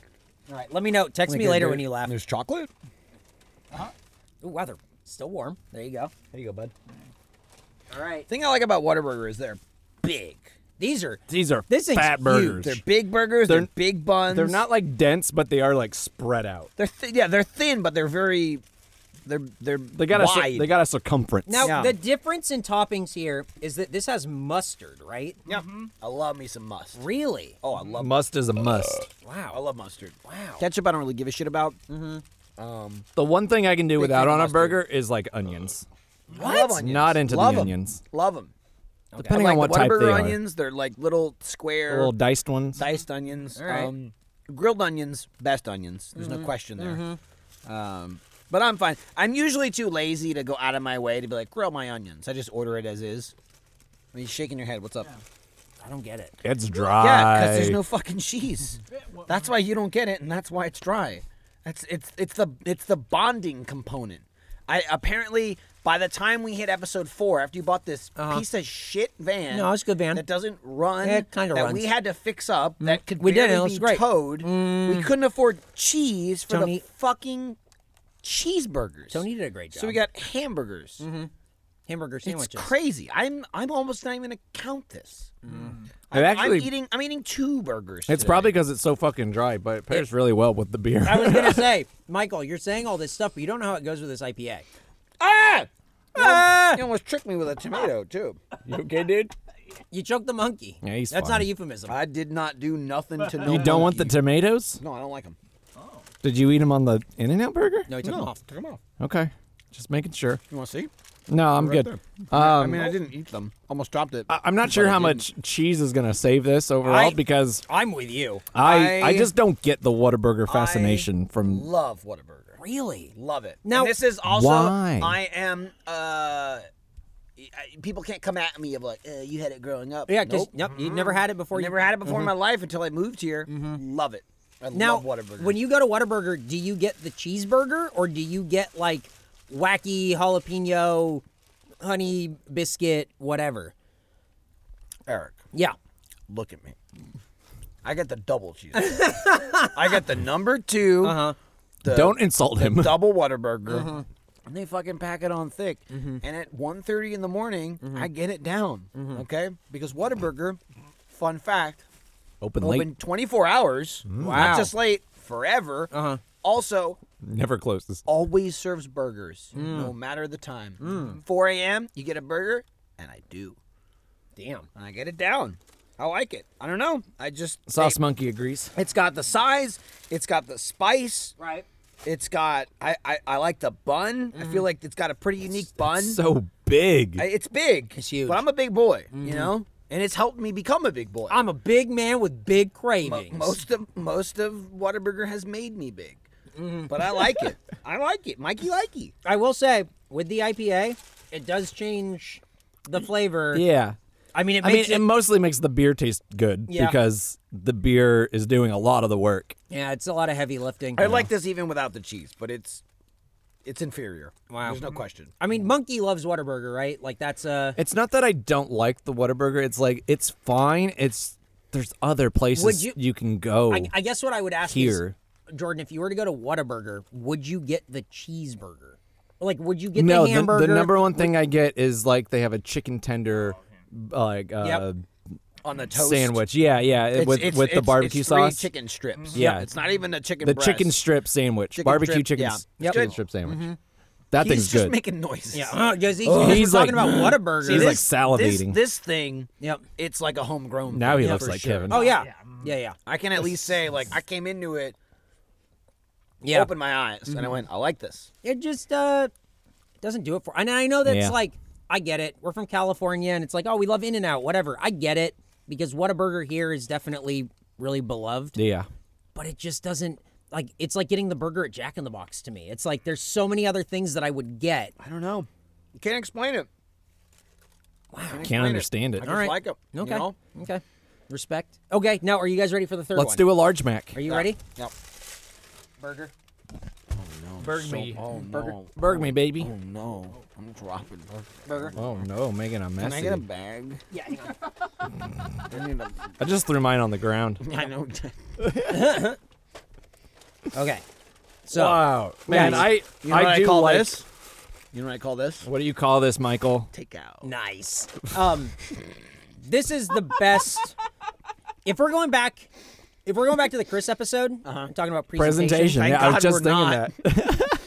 S1: right, let me know. Text me later when you laugh.
S3: There's chocolate.
S1: Ooh, wow, they're still warm. There you go.
S3: There you go, bud.
S1: All right.
S3: thing I like about Whataburger is they're
S1: Big. These are
S2: These are
S1: This thing's
S2: fat
S1: huge.
S2: burgers.
S3: they're big burgers, they're,
S2: They're-
S3: big buns.
S2: They're not like dense, but they are like spread out.
S3: They're thi- yeah, they're thin, but they're very they're they're
S2: They got a cir-
S3: wide.
S2: they got a circumference.
S1: now
S3: Yeah.
S1: the difference in toppings here is that this has mustard, right?
S3: yeah. I love me some must.
S1: Really?
S3: Oh, I love
S2: must is a must.
S1: Wow.
S3: I love mustard.
S1: Wow.
S3: Ketchup, I don't really give a shit about. Mm,
S2: The one thing I can do without
S3: fan of
S2: on a
S3: mustard.
S2: burger is like onions.
S3: I love onions.
S2: Not into
S3: Love
S2: the
S3: 'em.
S2: onions.
S3: Love them.
S2: Depending
S3: like
S2: on what
S3: the
S2: type
S3: Whataburger
S2: they are.
S3: onions. They're like little
S2: The
S3: square,
S2: little diced ones.
S3: diced onions.
S1: All right. Mm-hmm.
S3: Um, grilled onions, best onions. There's no question there. Um, but I'm fine. I'm usually too lazy to go out of my way to be like grill my onions. I just order it as is. I mean, you're shaking your head. What's up?
S1: I don't get it.
S2: It's dry.
S3: Yeah, because there's no fucking cheese. That's why you don't get it, and that's why it's dry. That's it's it's the it's the bonding component. I apparently by the time we hit episode four, after you bought this piece of shit van,
S1: Uh-huh. No, it's a good van.
S3: that doesn't run.
S1: It kinda
S3: that
S1: runs. Mm.
S3: we had to fix up. That could
S1: We did,
S3: barely
S1: and it
S3: be
S1: was great. Mm.
S3: towed. We couldn't afford cheese for
S1: Tony-
S3: the fucking cheeseburgers.
S1: Tony did a great job.
S3: So we got hamburgers.
S1: hamburger
S3: It's
S1: sandwiches.
S3: crazy. I'm I'm almost not even gonna count this.
S2: It actually,
S3: I'm eating I'm eating two burgers.
S2: it's
S3: today.
S2: probably because it's so fucking dry, but it pairs really well with the beer.
S1: I was gonna say, Michael, you're saying all this stuff, but you don't know how it goes with this IPA.
S3: Ah! Ah! You almost tricked me with a tomato too.
S2: you okay, dude?
S1: You choked the monkey.
S2: Yeah, he's
S1: That's
S2: fine.
S1: not a euphemism.
S3: I did not do nothing to no.
S2: You don't want the tomatoes?
S3: No, I don't like them.
S2: Did you eat them on the In and Out burger?
S1: no, he took
S3: no,
S1: them off.
S3: Took 'em off.
S2: Okay. Just making sure.
S3: You want to see?
S2: No, I'm
S3: Right
S2: good.
S3: I mean, I didn't eat them. Almost dropped it.
S2: I- I'm not sure
S3: I
S2: how
S3: didn't.
S2: much cheese is gonna save this overall
S1: I-
S2: because
S1: I'm with you.
S2: I, I
S3: I-
S2: just don't get the Whataburger fascination from
S3: Love Whataburger.
S1: Really?
S3: Love it.
S1: Now-
S3: and this is also
S2: Why?
S3: I am uh I- people can't come at me of like uh, you had it growing up.
S1: Yeah, because
S3: nope.
S1: yep, you never had it before.
S3: never
S1: you,
S3: had it before in my life until I moved here. Mm-hmm. Love it. I
S1: Now,
S3: love Whataburger.
S1: when you go to Whataburger, do you get the cheeseburger or do you get like wacky jalapeno, honey biscuit, whatever?
S3: Eric,
S1: Yeah.
S3: look at me. I got the double cheese. I got the number 2
S1: Uh-huh.
S3: the
S2: Don't insult him.
S3: double Whataburger. And they fucking pack it on thick.
S1: Mm-hmm.
S3: And at 1.30 in the morning, I get it down. Okay? Because Whataburger, fun fact,
S2: Open late,
S3: open 24 hours.
S1: Mm. Wow.
S3: Not just late, forever.
S1: Uh-huh.
S3: Also,
S2: never closes.
S3: always serves burgers,
S1: Mm.
S3: no matter the time. 4 a.m., you get a burger, and I do.
S1: Damn.
S3: And I get it down. I like it. I don't know. I just.
S2: Sauce Monkey agrees.
S3: It's got the size, it's got the spice,
S1: Right.
S3: it's got. I, I, I like the bun. I feel like it's got a pretty unique bun.
S2: So big.
S3: I- it's Mm-hmm. big.
S1: It's huge.
S3: But I'm a big boy, you know? And it's helped me become a big boy.
S1: I'm a big man with big cravings.
S3: most of most of Whataburger has made me big. But I like it. I like it. Mikey likey.
S1: I will say, with the IPA, it does change the flavor.
S2: yeah.
S1: I mean, it
S2: I mean,
S1: makes
S2: it,
S1: it,
S2: mostly makes the beer taste good
S1: Yeah.
S2: because the beer is doing a lot of the work.
S1: Yeah, it's a lot of heavy lifting.
S3: I like this even without the cheese, but it's it's inferior.
S1: Wow.
S3: There's no question.
S1: I mean, Monkey loves Whataburger, right? Like, that's a.
S2: It's not that I don't like the Whataburger. It's like it's fine. It's there's other places
S1: you-
S2: you, can go.
S1: I, I guess what I would ask
S2: Here.
S1: is, Jordan, if you were to go to Whataburger, would you get the cheeseburger? Like, would you get
S2: no,
S1: the hamburger?
S2: number one thing I get is like they have a chicken tender, like uh,
S1: Yep.
S3: On the toast
S2: sandwich. Yeah, yeah,
S3: it's-
S2: with
S3: it's-
S2: with the
S3: it's-
S2: barbecue
S3: it's three
S2: sauce.
S3: chicken strips.
S2: Yeah.
S3: Mm-hmm. It's not even a chicken
S2: the
S3: breast.
S2: chicken strip sandwich,
S3: Chicken
S2: barbecue
S3: strip,
S2: chicken,
S3: yeah.
S2: s-
S3: Yep.
S2: chicken
S3: Good.
S2: strip sandwich. That
S3: He's
S2: thing's
S3: just
S2: good.
S3: making noises.
S1: Yeah, because he's, he's
S2: Oh, like-
S1: talking about Whataburger.
S2: he's like
S1: This-
S3: This,
S2: salivating.
S3: this thing,
S1: Yep.
S3: it's like a homegrown.
S2: now he
S3: thing,
S2: looks
S3: for
S2: like
S3: sure.
S2: Kevin.
S1: oh yeah, yeah, yeah,
S3: I can at least say, like, I came into it,
S1: yeah.
S3: opened my eyes, and I
S2: Mm-hmm.
S3: went, I like this.
S1: It just uh it doesn't do it for. And I know that's
S2: Yeah.
S1: like I get it. We're from California, and it's like, oh, we love In and Out, whatever. I get it because Whataburger here is definitely really beloved.
S2: yeah.
S1: but it just doesn't like it's like getting the burger at Jack in the Box to me. It's like there's so many other things that I would get.
S3: I don't know. You can't explain it. Can't, explain
S2: understand it.
S3: I
S2: All
S3: just
S1: right.
S3: like it. you
S1: Okay.
S3: know?
S1: Okay. Respect. Okay, now are you guys ready for the third
S2: Let's
S1: one?
S2: do a large mac.
S1: Are you ready?
S3: Yep. Burger.
S2: Burg me,
S3: Oh no.
S2: burg me, baby.
S3: Oh no. I'm dropping burger. Burger.
S2: Oh no, making a
S3: Can
S2: mess.
S3: I get a bag?
S1: Yeah. hang on.
S3: I need a.
S2: I just threw mine on the ground.
S3: I know.
S1: Okay. So
S2: wow, man,
S1: Yeah,
S2: I
S3: You know
S2: I
S3: what
S2: do
S3: I call
S2: like-
S3: this? You know what I call this?
S2: What do you call this, Michael?
S3: Takeout.
S1: nice. Um this is the best if we're going back if we're going back to the Chris episode, I'm talking about presentation.
S2: Uh-huh. Presentation.
S3: Thank
S2: yeah, I was
S3: God
S2: just
S3: we're
S2: thinking
S3: not.
S2: that.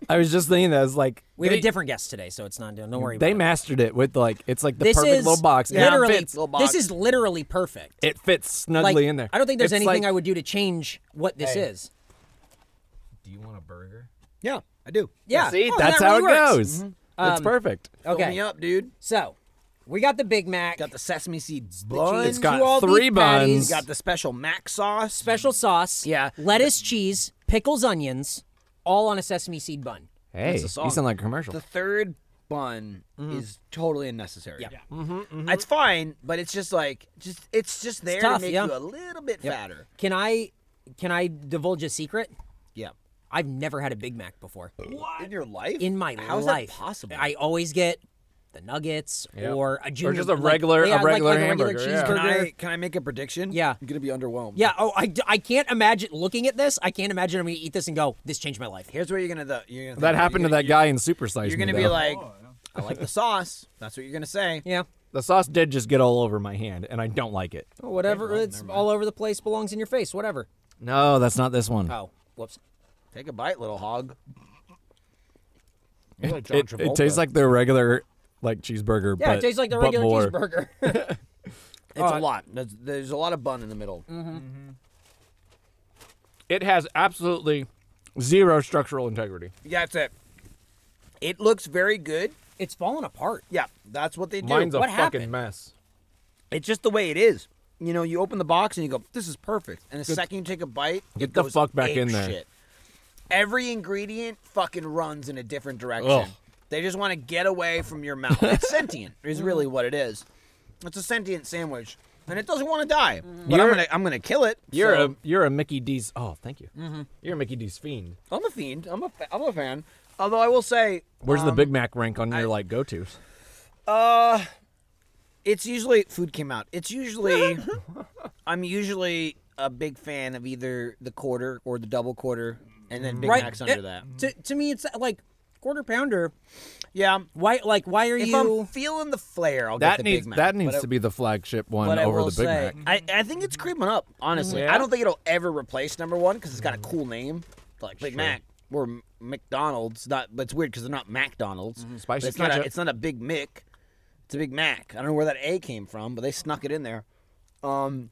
S2: I was just thinking that. It's like
S1: We have
S2: they,
S1: a different guest today, so it's not don't worry
S2: they
S1: about it.
S2: mastered it with like it's like the
S1: This
S2: perfect
S1: is
S2: little box. and
S1: literally
S2: it fits,
S3: Little box.
S1: This is literally perfect.
S2: it fits snugly
S1: Like,
S2: in there.
S1: I don't think there's
S2: It's
S1: anything
S2: like-
S1: I would do to change what this
S3: Hey.
S1: is.
S4: Do you want a burger?
S3: Yeah, I do.
S1: Yeah.
S2: See,
S1: Oh,
S2: that's
S1: that
S2: how
S1: really
S2: it
S1: works.
S2: goes.
S1: Um,
S2: It's perfect.
S3: Fill
S1: Okay.
S3: me up, dude.
S1: So, we got the Big Mac.
S3: Got the sesame seed bun.
S2: It's
S1: two
S2: got
S1: all beef
S2: three buns.
S1: patties.
S3: got the special mac sauce.
S1: special sauce.
S3: Yeah.
S1: Lettuce, cheese, pickles, onions, all on a sesame seed bun.
S2: Hey,
S3: a
S2: you
S3: song.
S2: sound like a commercial.
S3: the third bun is totally unnecessary. Yeah. It's fine, but it's just like just Mm-hmm, it's just there
S1: tough,
S3: to make
S1: yeah.
S3: you a little bit fatter.
S1: Can I can I divulge a secret?
S3: Yeah.
S1: I've never had a Big Mac before
S3: In your life?
S1: in my
S3: How's
S1: life.
S3: that possible?
S1: I always get the nuggets or a junior,
S2: just a
S1: like-
S2: regular- a
S1: yeah, like-
S2: regular
S1: like, a regular
S2: hamburger, yeah.
S1: cheeseburger.
S3: can I can I make a prediction?
S1: Yeah.
S3: You're gonna be underwhelmed.
S1: Yeah, oh, I, d- I can't imagine looking at this. I can't imagine I'm going to eat this and go, this changed my life.
S3: Here's what you're gonna do. You're gonna think.
S2: That happened to
S3: You're gonna-
S2: that guy in Super Size.
S3: You're
S2: Me,
S3: gonna be
S2: though.
S3: like, I like the sauce. That's what you're gonna say.
S1: Yeah.
S2: the sauce did just get all over my hand, and I don't like it.
S1: Oh, whatever. it's all over the place, belongs in your face, whatever.
S2: No, that's not this one.
S1: Oh, whoops.
S3: Take a bite, little hog. You're like John
S2: it, it
S3: Travolta.
S2: tastes like their regular like cheeseburger.
S1: Yeah,
S2: but-
S1: it tastes like the
S2: but
S1: regular
S2: more.
S1: cheeseburger.
S3: it's a lot. There's, there's a lot of bun in the middle.
S2: Mm-hmm. It has absolutely zero structural integrity.
S3: Yeah, that's it. It looks very good.
S1: it's falling apart.
S3: Yeah, that's what they do.
S2: Mine's a
S1: what
S2: fucking
S1: happened?
S2: mess.
S3: It's just the way it is. You know, you open the box and you go, "This is perfect," and the second you take a bite,
S2: Get
S3: it
S2: the
S3: goes
S2: fuck back in there.
S3: apeshit. every ingredient fucking runs in a different direction.
S2: Ugh.
S3: They just want to get away from your mouth. It's sentient,
S2: Mm-hmm.
S3: is really what it is. It's a sentient sandwich, and it doesn't want to die. But I'm
S2: You're-
S3: gonna, I'm gonna kill it.
S2: You're
S3: so- Mm-hmm.
S2: a you're a Mickey D's. Oh, thank you. You're a Mickey D's fiend.
S3: I'm a fiend. I'm a, fa- I'm a fan. Although I will say,
S2: Where's the
S3: Um,
S2: Big Mac rank on your like go tos?
S3: it's usually food came out. It's usually I'm usually a big fan of either the quarter or the double quarter, and then Big
S1: right
S3: Macs under
S1: it-
S3: that.
S1: To, to me, it's uh, like quarter pounder.
S3: Yeah.
S1: Why? Like, why are
S3: If
S1: you?
S3: I'm feeling the flair, I'll
S2: That
S3: get the
S2: needs
S3: Big Mac.
S2: that
S3: But
S2: needs
S3: I-
S2: to be the flagship one
S3: but I
S2: over
S3: will
S2: the Big
S3: say,
S2: Mac.
S3: I, I think it's creeping up. Honestly, I don't think it'll ever replace number one because it's got a cool name, like Big Mac or M- McDonald's. Not, but it's weird because they're not McDonald's.
S2: Mm-hmm. Spicy
S3: But It's not, a,
S2: ketchup.
S3: it's not a Big Mick. It's a Big Mac. I don't know where that A came from, but they snuck it in there. Um,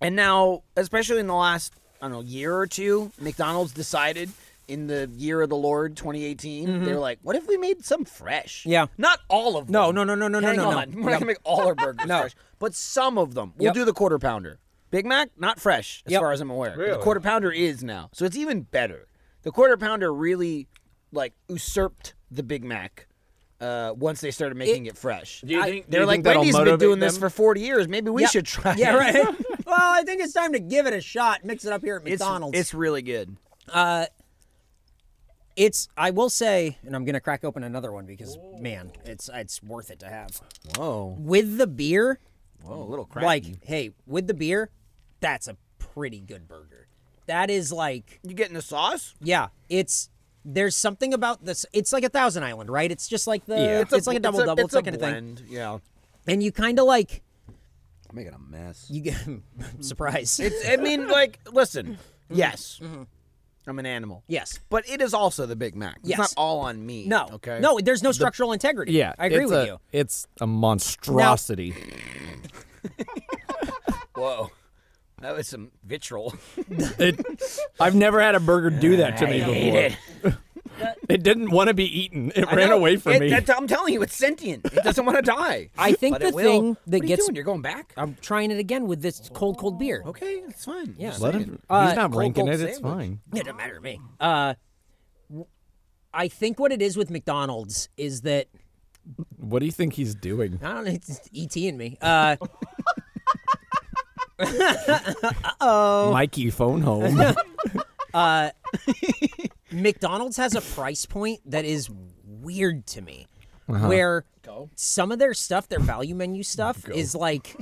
S3: and now, especially in the last I don't know year or two, McDonald's decided in the year of the Lord 2018, they were like, "What if we made some fresh?
S1: Mm-hmm. Yeah.
S3: not all of them.
S1: No, no, no, no, no, no,
S3: Hang
S1: no, no.
S3: on. We're not gonna make all our burgers
S1: No.
S3: fresh, but some of them. We'll
S1: Yep.
S3: do the quarter pounder. Big Mac, not fresh, as
S1: Yep.
S3: far as I'm aware. The
S4: Really?
S3: quarter pounder is now, so it's even better. The quarter pounder really, like, usurped the Big Mac. Uh, once they started making it, fresh,
S2: you
S3: I-
S2: think- do
S3: they're
S2: you
S3: like
S2: think that'll
S3: Wendy's been
S2: motivate
S3: doing this
S2: them?
S3: for 40 years. Maybe we
S1: Yeah.
S3: should try.
S1: yeah,
S3: it.
S1: right. well, I think it's time to give it a shot. Mix it up here at
S3: It's
S1: McDonald's.
S3: it's really good.
S1: It's I will say, and I'm gonna crack open another one because man, it's it's worth it to have.
S3: Whoa,
S1: With the beer,
S3: whoa, a little crack.
S1: like hey, with the beer, that's a pretty good burger. That is like
S3: you getting the sauce?
S1: yeah, it's there's something about this. It's like a Thousand Island, right? It's just like the it's, like a double double. It's,
S3: a
S1: like kind of thing,
S3: blend. Yeah,
S1: and you kind of like
S3: I'm making a mess.
S1: you get surprise.
S3: It's, I mean, like, listen.
S1: Mm-hmm.
S3: Yes, I'm an animal.
S1: yes.
S3: But it is also the Big Mac. It's
S1: Yes.
S3: not all on me.
S1: No.
S3: Okay.
S1: No, there's no structural integrity.
S2: yeah,
S1: I agree
S2: it's
S1: with
S2: a,
S1: you.
S2: It's a monstrosity.
S3: Whoa. That was some vitriol.
S2: It, I've never had a burger do that to me
S3: I
S2: before.
S3: hate
S2: It. didn't want to be eaten. It
S3: I
S2: ran
S3: know.
S2: away from
S3: It-
S2: me.
S3: that's- I'm telling you, it's sentient. It doesn't want to die.
S1: I think
S3: But
S1: the
S3: it will.
S1: thing
S3: What
S1: that
S3: are you
S1: gets
S3: doing? you're going back.
S1: I'm trying it again with this cold, cold beer.
S3: Okay, it's fine.
S1: Yeah.
S3: Just
S2: Let
S3: saying.
S2: him-
S1: Uh,
S2: he's not
S3: cold,
S2: ranking it.
S3: cold
S2: It's
S3: sandwich.
S2: fine.
S1: It doesn't matter to me. Uh, w- I think what it is with McDonald's is that
S2: What do you think he's doing?
S1: I don't know. It's ET in me. Uh,
S3: Oh.
S2: Mikey, phone home.
S1: McDonald's has a price point that is weird to me,
S2: Uh-huh.
S1: where some of their stuff, their value menu stuff, is like.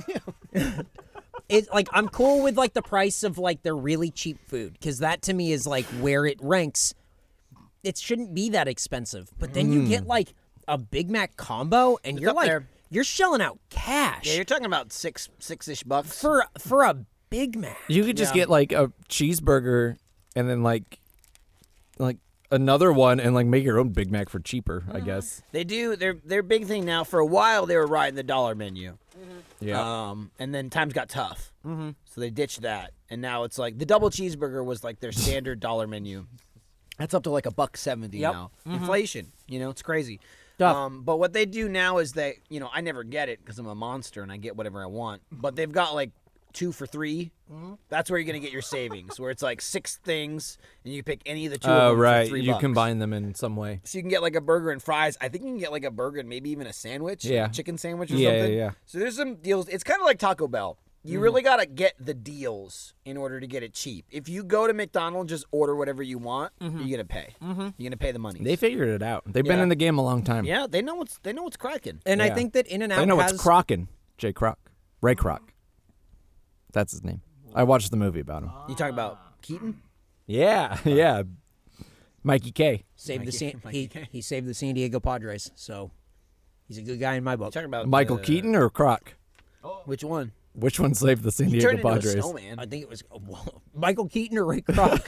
S1: It's like I'm cool with like the price of like their really cheap food because that to me is like where it ranks. It shouldn't be that expensive, but then you
S2: Mm.
S1: get like a Big Mac combo and you're
S3: up
S1: like
S3: there.
S1: you're shelling out cash.
S3: Yeah, you're talking about six six ish bucks.
S1: for for a Big Mac.
S2: You could just
S3: Yeah.
S2: get like a cheeseburger and then like like another one and like make your own Big Mac for cheaper,
S3: Mm-hmm.
S2: I guess.
S3: they do their their big thing now. For a while, they were riding the dollar menu.
S2: Yeah.
S3: Um, and then times got tough, mm-hmm. so they ditched that, and now it's like the double cheeseburger was like their standard dollar menu. That's up to like a buck seventy
S1: Yep.
S3: now.
S2: Mm-hmm.
S3: Inflation, you know, it's crazy.
S1: Tough.
S3: Um, but what they do now is they, you know, I never get it because I'm a monster and I get whatever I want. But they've got like two for 3
S2: Mm-hmm.
S3: That's where you're gonna get your savings, where it's like six things and you pick any of the two. of
S2: Oh
S3: them
S2: right.
S3: For three
S2: You
S3: bucks.
S2: combine them in some way.
S3: So you can get like a burger and fries. I think you can get like a burger and maybe even a sandwich.
S2: Yeah.
S3: a chicken sandwich or
S2: Yeah, yeah,
S3: something.
S2: yeah. Mm-hmm.
S3: So there's some deals. It's kind of like Taco Bell. You really got to get the deals in order to get it cheap. If you go to McDonald's, just order whatever you want, you're going to pay. You're going to pay the money.
S2: Mm-hmm. They figured it out. They've been
S3: Yeah.
S2: in the game a long time.
S3: yeah, they know what's they know what's cracking.
S1: And I
S2: Yeah.
S1: think that In and Out
S2: I know
S1: has
S2: it's Crockin. Jay Croc. Ray Croc. That's his name. I watched the movie about him.
S3: You talking about Keaton?
S2: Yeah. Yeah. Mikey K.
S1: saved the San, he, he saved the San Diego Padres, so he's a good guy in my book.
S3: Talking about
S2: Michael
S3: uh,
S2: Keaton or Croc?
S3: Which one?
S2: Which one saved the San
S3: He
S2: Diego
S3: turned into a
S2: Padres?
S3: snowman.
S1: I think it was
S3: oh,
S1: well, Michael Keaton or Ray Kroc.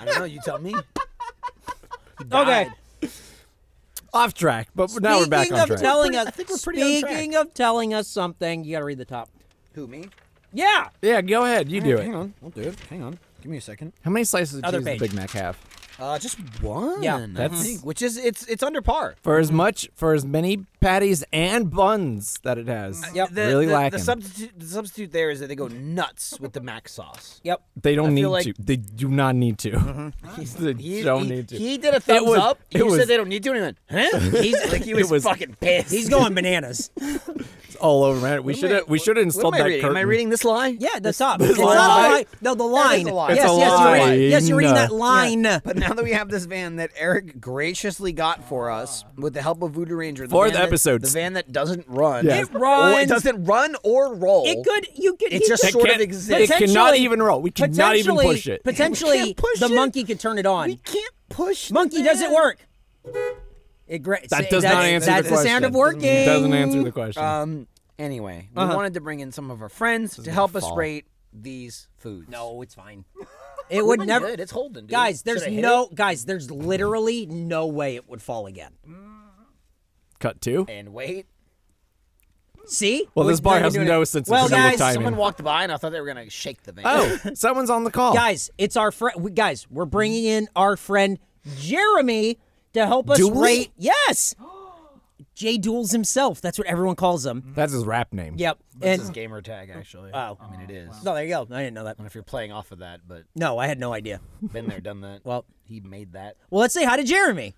S3: I don't know. You tell me.
S1: okay.
S2: Off track, but now we're back
S1: Speaking
S2: on
S1: of
S2: track.
S1: telling us,
S3: I think we're pretty on track.
S1: speaking of telling us something, you got to read the top.
S3: Who me?
S1: Yeah.
S2: yeah, go ahead. You do it.
S3: on. I'll do it. Hang on. Give me a second.
S2: How many slices of
S1: Other
S2: cheese does
S1: page.
S2: Big Mac have?
S3: Uh, just one.
S1: Yeah,
S3: I
S2: that's-
S3: think, which is it's it's under par.
S2: For as much, for as many patties and buns that it has,
S3: Uh, The,
S2: really
S3: the,
S2: lacking.
S3: The substitute, the substitute there is that they go nuts with the mac sauce.
S1: Yep.
S2: they don't
S3: I
S2: need
S3: feel like-
S2: to.
S3: Mm-hmm.
S2: They do not need to. they
S3: He,
S2: don't
S3: he,
S2: need to.
S3: He did a thumbs
S2: was-
S3: up.
S2: it
S3: You
S2: was-
S3: said they don't need to. And he went, huh? He's like he was,
S2: was-
S3: fucking pissed.
S1: He's going bananas.
S2: It's all over, man. We
S3: What am
S2: should
S3: I-
S2: have. We should have
S3: What am
S2: installed
S3: I
S2: that
S3: reading? Am I
S2: curtain.
S3: reading this lie?
S1: Yeah, the top.
S2: This
S1: It's not
S2: lie.
S1: a lie. No, the
S3: That
S1: line.
S3: is a lie.
S1: Yes,
S2: It's a
S1: yes, you're
S2: lie.
S1: reading, yes, you're reading that line.
S3: But now that we have this van that Eric graciously got for us with the help of Voodoo Ranger, the
S2: Fourth
S3: van that-
S2: episode.
S3: the van that doesn't run,
S2: Yes.
S1: It
S3: or it
S1: runs.
S3: doesn't run or roll.
S1: It could. You could.
S3: It
S1: he
S3: just
S1: could-
S3: sort of
S2: Can't-
S3: exists.
S2: It cannot
S1: Potentially-
S2: even roll. We cannot even
S1: potentially-
S2: push it.
S1: Potentially,
S3: can't push
S1: the
S3: it.
S1: monkey could turn it on.
S3: We can't push.
S1: Monkey
S3: the
S1: doesn't
S3: van.
S1: work. It gra-
S2: That
S1: say-
S2: does
S1: that's,
S2: not answer
S1: That's
S2: the question.
S1: sound of working.
S2: Doesn't answer the question.
S3: Um. Anyway, we wanted to bring in some of Uh-huh. our friends to help us rate these foods.
S1: No, it's fine. It would
S3: Mine
S1: never.
S3: Good. It's holding, dude.
S1: Guys,
S3: Should
S1: there's
S3: I hit
S1: no. Guys, there's literally no way it would fall again.
S2: Cut two.
S3: it? And wait,
S1: See?
S2: Well, this
S1: We-
S2: bar
S1: we're
S2: has
S1: doing
S2: no
S1: it.
S2: sense of
S1: Well,
S2: humor
S1: guys,
S2: timing.
S3: someone walked by and I thought they were gonna shake the van.
S2: Oh, someone's on the call.
S1: Guys, it's our friend. We, guys, we're bringing in our friend Jeremy to help us
S2: Duels?
S1: rate. Yes. Jay Duels himself. That's what everyone calls him.
S2: That's his rap name.
S1: Yep.
S3: this
S1: and
S3: is gamer tag actually.
S1: Oh.
S3: I mean it is. I
S1: no, there you go. I didn't know that.
S3: don't know if you're playing off of that, but
S1: No, I had no idea.
S3: been there, done that.
S1: Well-
S3: he made that.
S1: Well, let's say hi to Jeremy.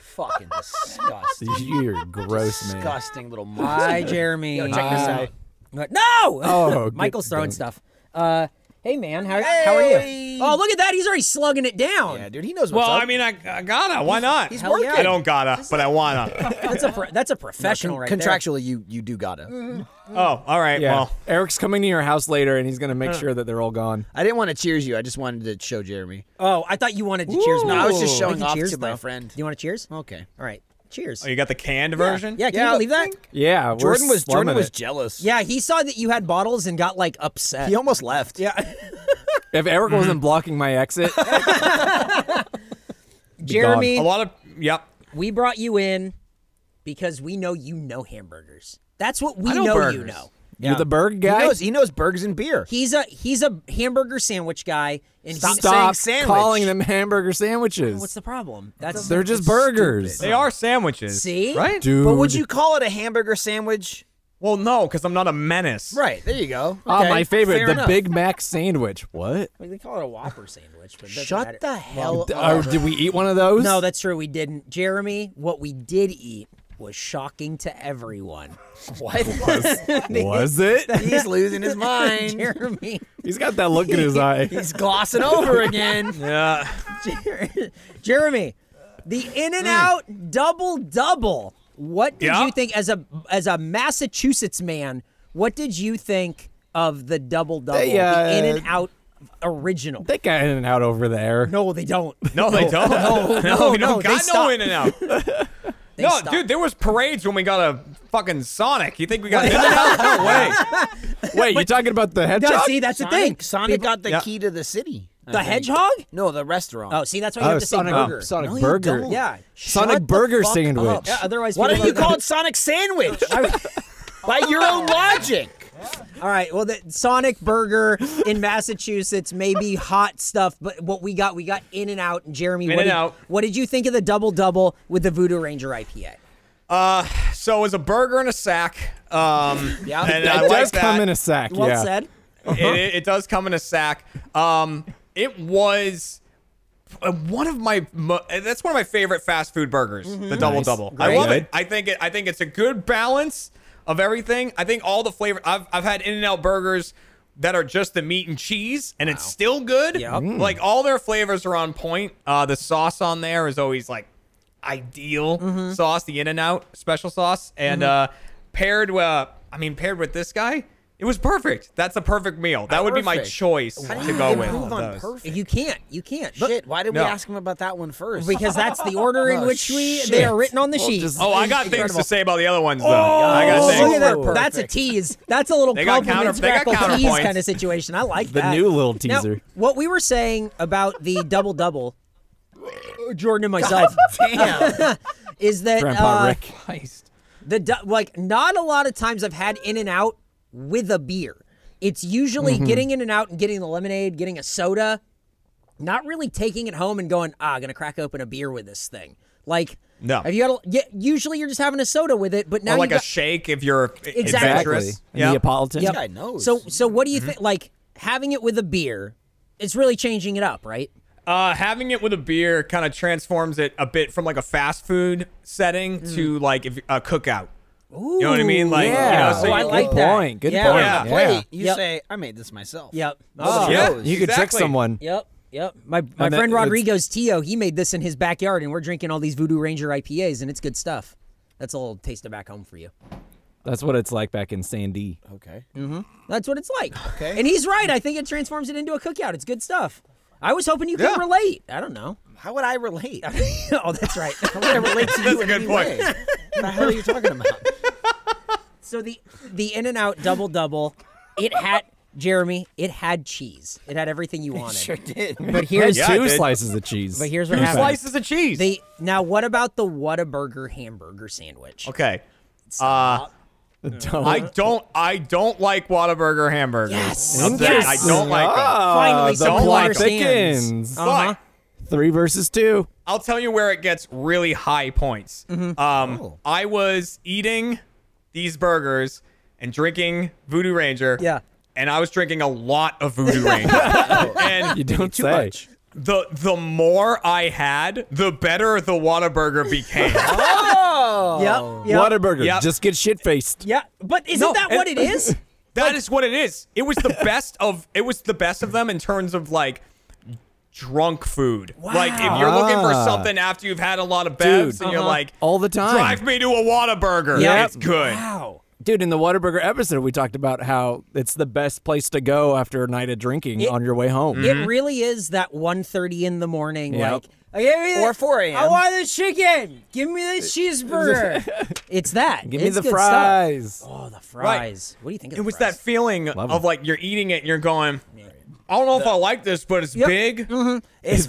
S3: Fucking disgusting.
S2: You're gross, man.
S3: disgusting little monster.
S1: Hi, Jeremy.
S3: Yo, check this out.
S1: No! Oh,
S2: good
S1: Michael's throwing
S2: dunk.
S1: stuff. Uh, hey, man, how, how are
S3: Hey!
S1: you? Oh, look at that. He's already slugging it down.
S3: Yeah, dude, he knows what's
S5: Well,
S3: up.
S5: I mean, I, I gotta. Why not?
S3: he's
S1: Hell
S3: working.
S1: yeah.
S5: I don't gotta, but I wanna.
S1: That's a pro- that's a professional right
S3: Contractually, you you do gotta.
S5: Oh, all right.
S2: Yeah.
S5: Well,
S2: Eric's coming to your house later, and he's gonna
S3: Uh.
S2: make sure that they're all gone.
S3: I didn't want to cheers you. I just wanted to show Jeremy.
S1: there. Oh, I thought you wanted to cheers.
S3: Ooh.
S1: Me.
S3: No, I was just
S1: We
S3: showing
S1: can
S3: off
S1: cheers,
S3: to my
S1: though.
S3: friend.
S1: Do you want to cheers?
S3: Okay.
S1: All right, cheers.
S5: oh, you got the canned version.
S1: yeah, can
S3: Yeah.
S1: you believe that?
S2: Yeah, we're
S3: Jordan was Jordan
S2: slumming
S3: was
S2: it.
S3: jealous.
S1: Yeah, he saw that you had bottles and got like upset.
S3: He almost left.
S1: Yeah,
S2: If Eric wasn't blocking my exit,
S1: Jeremy,
S5: A lot of. Yep.
S1: we brought you in because we know you know hamburgers. That's what we
S5: I know
S1: you
S5: burgers.
S1: know.
S2: you're the Berg
S3: He
S2: guy.
S3: knows he knows burgers and beer.
S1: He's a he's a hamburger sandwich guy. And he's-
S2: Stop
S3: saying
S2: calling
S3: sandwich.
S2: them hamburger sandwiches.
S1: What's the problem? That's
S2: they're just burgers.
S5: They are sandwiches.
S1: see
S5: Right?
S2: Dude.
S3: But would you call it a hamburger sandwich?
S5: Well, no, because I'm not a menace.
S3: Right. There you go.
S2: Ah,
S3: Okay,
S2: my favorite,
S3: fair
S2: the
S3: enough.
S2: Big Mac sandwich. What?
S1: Like, they call it a Whopper sandwich. But it doesn't matter.
S3: Shut the hell up.
S2: Uh, did we eat one of those?
S1: No, that's true. We didn't. Jeremy, what we did eat was shocking to everyone.
S2: was, was it.
S3: He's losing his mind.
S1: Jeremy,
S2: He's got that look in his eye.
S3: He's glossing over again.
S5: Yeah.
S1: Jer- Jeremy, the In
S3: Mm.
S1: and Out double double. What did
S5: Yeah.
S1: you think as a as a Massachusetts man? What did you think of the double double,
S2: They, uh,
S1: the In and Out original?
S2: They got in and out over there.
S1: no, they don't.
S5: No, they don't. No,
S1: no,
S5: we
S1: no,
S5: don't
S1: they
S5: got no
S1: stop.
S5: in and out.
S1: They
S5: no,
S1: stopped.
S5: dude, there was parades when we got a fucking Sonic. You think we got in and out? No way.
S2: Wait, you're talking about the hedgehog?
S1: No, see, that's the thing.
S3: Sonic, Sonic
S1: People-
S3: got the
S5: Yeah.
S3: key to the city. I
S1: the
S3: think.
S1: hedgehog.
S3: No, the restaurant.
S1: Oh, see, that's why you
S2: Oh,
S1: have to
S2: Sonic,
S1: say burger.
S2: Sonic
S3: No, you
S2: burger.
S3: don't.
S1: Yeah.
S2: Sonic
S3: the
S2: burger
S3: fuck
S2: sandwich.
S3: up.
S1: Yeah, otherwise,
S3: Why
S1: people
S3: don't you
S1: go-
S3: call it Sonic Sandwich? By your own logic.
S1: All right. Well, the Sonic Burger in Massachusetts may be hot stuff, but what we got, we got In and Out. And Jeremy, what did,
S5: In-N-Out.
S1: what did you think of the double double with the Voodoo Ranger IPA?
S5: So it was a burger in a sack. Um,
S3: Yeah.
S5: and
S2: It
S5: I
S2: does
S5: like that.
S2: come in a sack.
S1: Well
S2: yeah.
S1: said.
S2: Uh-huh.
S5: it, it- it does come in a sack. Um, it was uh, one of my mo- uh, that's one of my favorite fast food burgers, the double double. I
S2: Mm-hmm. Great.
S5: love
S2: Good.
S5: it. I think it, I think it's a good balance of everything. I think all the flavor. I've I've had In and Out burgers that are just the meat and cheese, and it's still good. Mm.
S1: Yep.
S5: Like all their flavors are on point. Uh, the sauce on there is always like ideal
S1: Mm-hmm.
S5: sauce, the In and Out special sauce, and uh, paired with I mean paired with this guy. It was perfect. That's a perfect meal. That would be my
S3: Perfect.
S5: choice to go with.
S3: Improve on
S5: those.
S3: perfect.
S1: You can't. You can't. But-
S3: Shit, why did
S5: No.
S3: we ask him about that one first?
S1: because that's the order in
S3: Oh,
S1: which we they are written on the sheet.
S2: just-
S5: Oh, I got things to say about the other ones though. I
S1: Oh,
S5: got
S1: look
S5: things.
S1: at that.
S3: Super
S1: That's a
S3: perfect.
S1: tease. That's a little
S5: They got
S1: compliments
S5: counter- they got
S1: miracle tease
S5: counterpoints.
S1: kind of situation. I like
S2: The
S1: that.
S2: new little
S1: Now,
S2: teaser.
S1: what we were saying about the double double, Jordan and myself, is that
S2: Grandpa
S1: uh,
S2: Rick.
S1: the du- like not a lot of times I've had in and out
S5: Mm-hmm.
S1: with a beer. It's usually getting in and out and getting the lemonade, getting a soda, not really taking it home and going, ah, gonna crack open a beer with this thing. Like,
S5: No.
S1: Have you got? Yeah, usually you're just having a soda with it, but now
S5: or like
S1: you
S5: a
S1: got,
S5: shake if you're
S1: Exactly.
S5: adventurous.
S2: And
S5: Yeah.
S2: Neapolitan.
S1: Yep.
S3: guy knows.
S1: So, so what do
S5: Mm-hmm.
S1: you think? Like having it with a beer, it's really changing it up, right?
S5: Uh, having it with a beer kind of transforms it a bit from like a fast food setting
S1: Mm.
S5: to like if, a cookout.
S1: Ooh,
S5: You know what I mean? Like,
S2: Yeah.
S5: you know, so
S1: oh, I
S5: you-
S1: like
S2: Good
S1: that.
S2: point. Good
S1: yeah.
S2: point.
S5: Yeah.
S3: Wait, you
S1: Yep.
S3: say I made this myself.
S1: Yep.
S3: Oh,
S5: Yeah.
S3: knows?
S2: You could trick
S5: Exactly.
S2: someone.
S1: Yep. Yep. My my
S2: And that-
S1: friend
S2: it's-
S1: Rodrigo's Tio, he made this in his backyard, and we're drinking all these Voodoo Ranger IPAs, and it's good stuff. That's a little taste of back home for you.
S2: That's what it's like back in Sandy.
S3: Okay.
S1: Mm-hmm. That's what it's like.
S3: Okay.
S1: And he's right. I think it transforms it into a cookout. It's good stuff. I was hoping you could
S5: Yeah.
S1: relate. I don't know.
S3: How would I relate? How
S1: oh, that's right.
S3: would I relate to you
S5: a
S3: in
S5: good
S3: any
S5: point.
S3: way? What the hell are you talking about?
S1: so the the In and Out double double, it had Jeremy. It had cheese. It had everything you wanted.
S3: did.
S1: But here's
S5: Yeah, it
S2: Two
S5: did.
S2: slices of cheese.
S1: but here's what happened.
S5: slices of cheese.
S1: They now what about the Whataburger hamburger sandwich?
S5: okay. Uh,
S2: Don't-
S5: I don't. I don't like Whataburger hamburgers.
S1: Yes.
S5: I'm saying I don't like them.
S1: Finally,
S2: Ah, the
S1: someone
S2: plot
S1: understands.
S2: thickens.
S5: But
S1: Uh-huh.
S2: Three versus two.
S5: I'll tell you where it gets really high points.
S1: Mm-hmm.
S5: Um,
S1: Oh.
S5: I was eating these burgers and drinking Voodoo Ranger.
S1: Yeah.
S5: And I was drinking a lot of Voodoo Ranger. and
S2: You don't
S3: too
S2: say.
S3: much.
S5: the the more I had, the better the Whataburger became.
S1: Yep. Yep.
S2: Whataburger.
S5: Yep.
S2: Just get shit faced.
S1: Oh. Yeah. But isn't
S5: No,
S1: that
S5: it-
S1: what it is?
S5: That is what it is. It was the best of it was the best of them in terms of like drunk food. Like if you're looking for
S2: Wow.
S5: something after you've had a lot of bevs and
S2: Dude.
S5: you're
S1: Uh-huh.
S5: like
S2: All the time.
S5: drive me to a Whataburger.
S1: Yep.
S5: It's good.
S1: Wow.
S2: Dude, in the Whataburger episode, we talked about how it's the best place to go after a night of drinking
S1: It-
S2: on your way home.
S1: It really is that 1.30 in the morning,
S2: Yep.
S1: like okay,
S3: Or 4 a.m..
S1: I want the chicken. Give me the cheeseburger. it's that.
S2: Give me
S1: It's
S2: the
S1: good
S2: fries.
S1: Stuff. Oh, the fries. What do you think? Of
S5: It
S1: the
S5: was
S1: fries?
S5: that feeling of
S2: it.
S5: like you're eating it and you're going I don't know if I like this, but it's big.
S1: It's
S5: Very
S2: Mm-hmm. It's a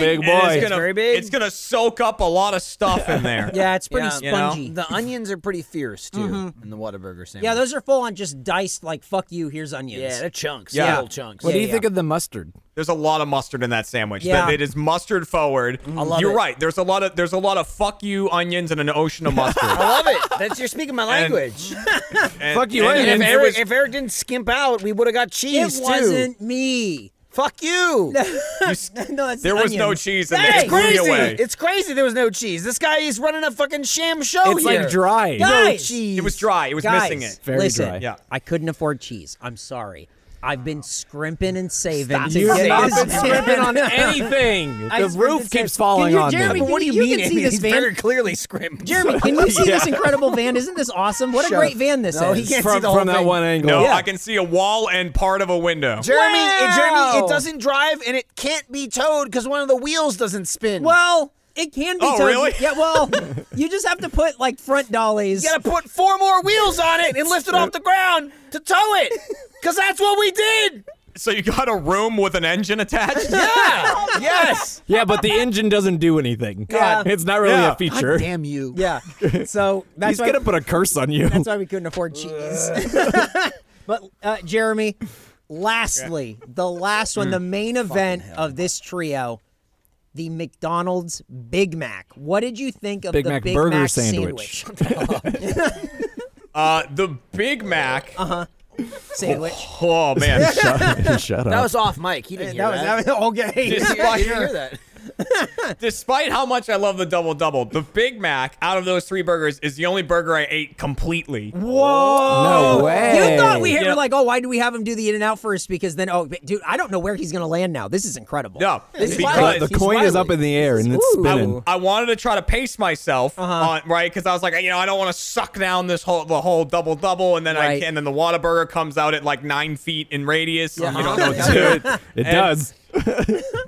S2: big
S5: and
S2: boy.
S5: It's
S2: It's
S5: gonna,
S3: very big.
S5: It's gonna soak up a lot of stuff in there.
S1: Yeah, it's pretty
S3: Yeah. You
S5: know?
S1: spongy.
S3: The onions are pretty fierce too in the Whataburger sandwich.
S1: Mm-hmm. Yeah, those are full on just diced like fuck you. Here's onions.
S3: yeah, they're chunks.
S5: Yeah.
S3: Yeah, little chunks.
S2: What do
S1: Yeah,
S2: you
S1: yeah.
S2: think of the mustard?
S5: There's a lot of mustard in that sandwich.
S1: Yeah.
S5: That it is mustard forward. I
S3: love
S5: You're
S3: it.
S5: right. There's a lot of there's a lot of fuck you onions and an ocean of mustard.
S3: I love it. That's you're speaking my
S5: And-
S3: language.
S5: And-
S2: Fuck you,
S5: and-
S2: onions.
S5: and
S3: if,
S5: it
S3: Eric,
S5: was-
S3: if Eric didn't skimp out, we would have got cheese
S1: It
S3: too.
S1: wasn't me.
S3: Fuck you.
S5: you s-
S1: No, it's
S5: There was no
S1: onions.
S5: cheese in
S1: Hey,
S5: there.
S1: it's
S5: Screw you away.
S3: It's crazy. There was no cheese. This guy is running a fucking sham show
S2: it's
S3: here.
S2: like dry.
S1: Yeah.
S3: No
S1: Guys,
S3: cheese.
S5: It was dry. It was
S1: Guys,
S5: missing it.
S2: Very
S1: listen,
S2: dry.
S5: Yeah.
S1: I couldn't afford cheese. I'm sorry. I've been scrimping and saving.
S3: Stop
S1: to
S3: You've
S1: get
S3: not
S1: this
S3: been
S1: van.
S2: Scrimping on anything.
S1: I
S2: The
S1: scrimped
S2: roof
S1: and said,
S2: keeps falling
S1: "Can you,
S2: on
S1: Jeremy,
S2: them.
S1: What do you mean?
S3: I
S1: see
S3: mean,
S1: this
S3: he's
S1: van?
S3: very clearly scrimped.
S1: Jeremy, can you see this
S2: Yeah.
S1: incredible van? Isn't this awesome? What a
S3: Shut
S1: great
S3: up.
S1: van this
S3: No,
S1: is.
S3: he can't
S2: from
S3: see the whole
S2: from that
S3: thing.
S2: one angle.
S5: No,
S1: Yeah.
S5: I can see a wall and part of a window.
S3: Jeremy, it, Jeremy,
S1: Wow.
S3: it doesn't drive and it can't be towed because one of the wheels doesn't spin.
S1: Well, it can be
S5: Oh,
S1: towed.
S5: really?
S1: Yeah, well, you just have to put like front dollies.
S3: you gotta put four more wheels on it and lift it off the ground to tow it, because that's what we did.
S5: So you got a room with an engine attached?
S3: Yeah. yes.
S2: Yeah, but the engine doesn't do anything.
S1: Yeah.
S2: It's not really
S5: Yeah.
S2: a feature.
S3: Damn you.
S1: yeah. So that's
S2: He's
S1: why
S2: going to put a curse on you.
S1: That's why we couldn't afford cheese. but uh, Jeremy, lastly, the last one, the main event of this trio, the McDonald's Big Mac. What did you think of
S2: Big
S1: the
S2: Mac
S1: Big
S2: burger
S1: Mac
S2: sandwich.
S1: sandwich?
S5: Uh, the Big Mac.
S1: Sandwich.
S5: Oh man.
S2: shut, shut
S3: That
S2: up.
S3: was off mic. He didn't hear
S1: that was that was okay.
S5: Just-
S3: Yeah, he didn't hear that.
S5: Despite how much I love the double double, the Big Mac out of those three burgers is the only burger I ate completely.
S1: Whoa!
S2: No way.
S1: You thought we had,
S5: Yeah.
S1: were like, oh, why do we have him do the in and out first? Because then, oh, but dude, I don't know where he's gonna land now. This is incredible.
S5: No,
S1: This is
S5: because
S1: wild.
S2: the
S1: He's
S2: coin is
S1: wily.
S2: up in the air and it's
S1: Ooh. Uh-huh.
S2: spinning.
S5: I wanted to try to pace myself on right because I was like, you know, I don't want to suck down this whole the whole double double, and then I
S1: Right.
S5: can. And then the Whataburger comes out at like nine feet in radius. so You don't know what to do.
S2: Dude, it does.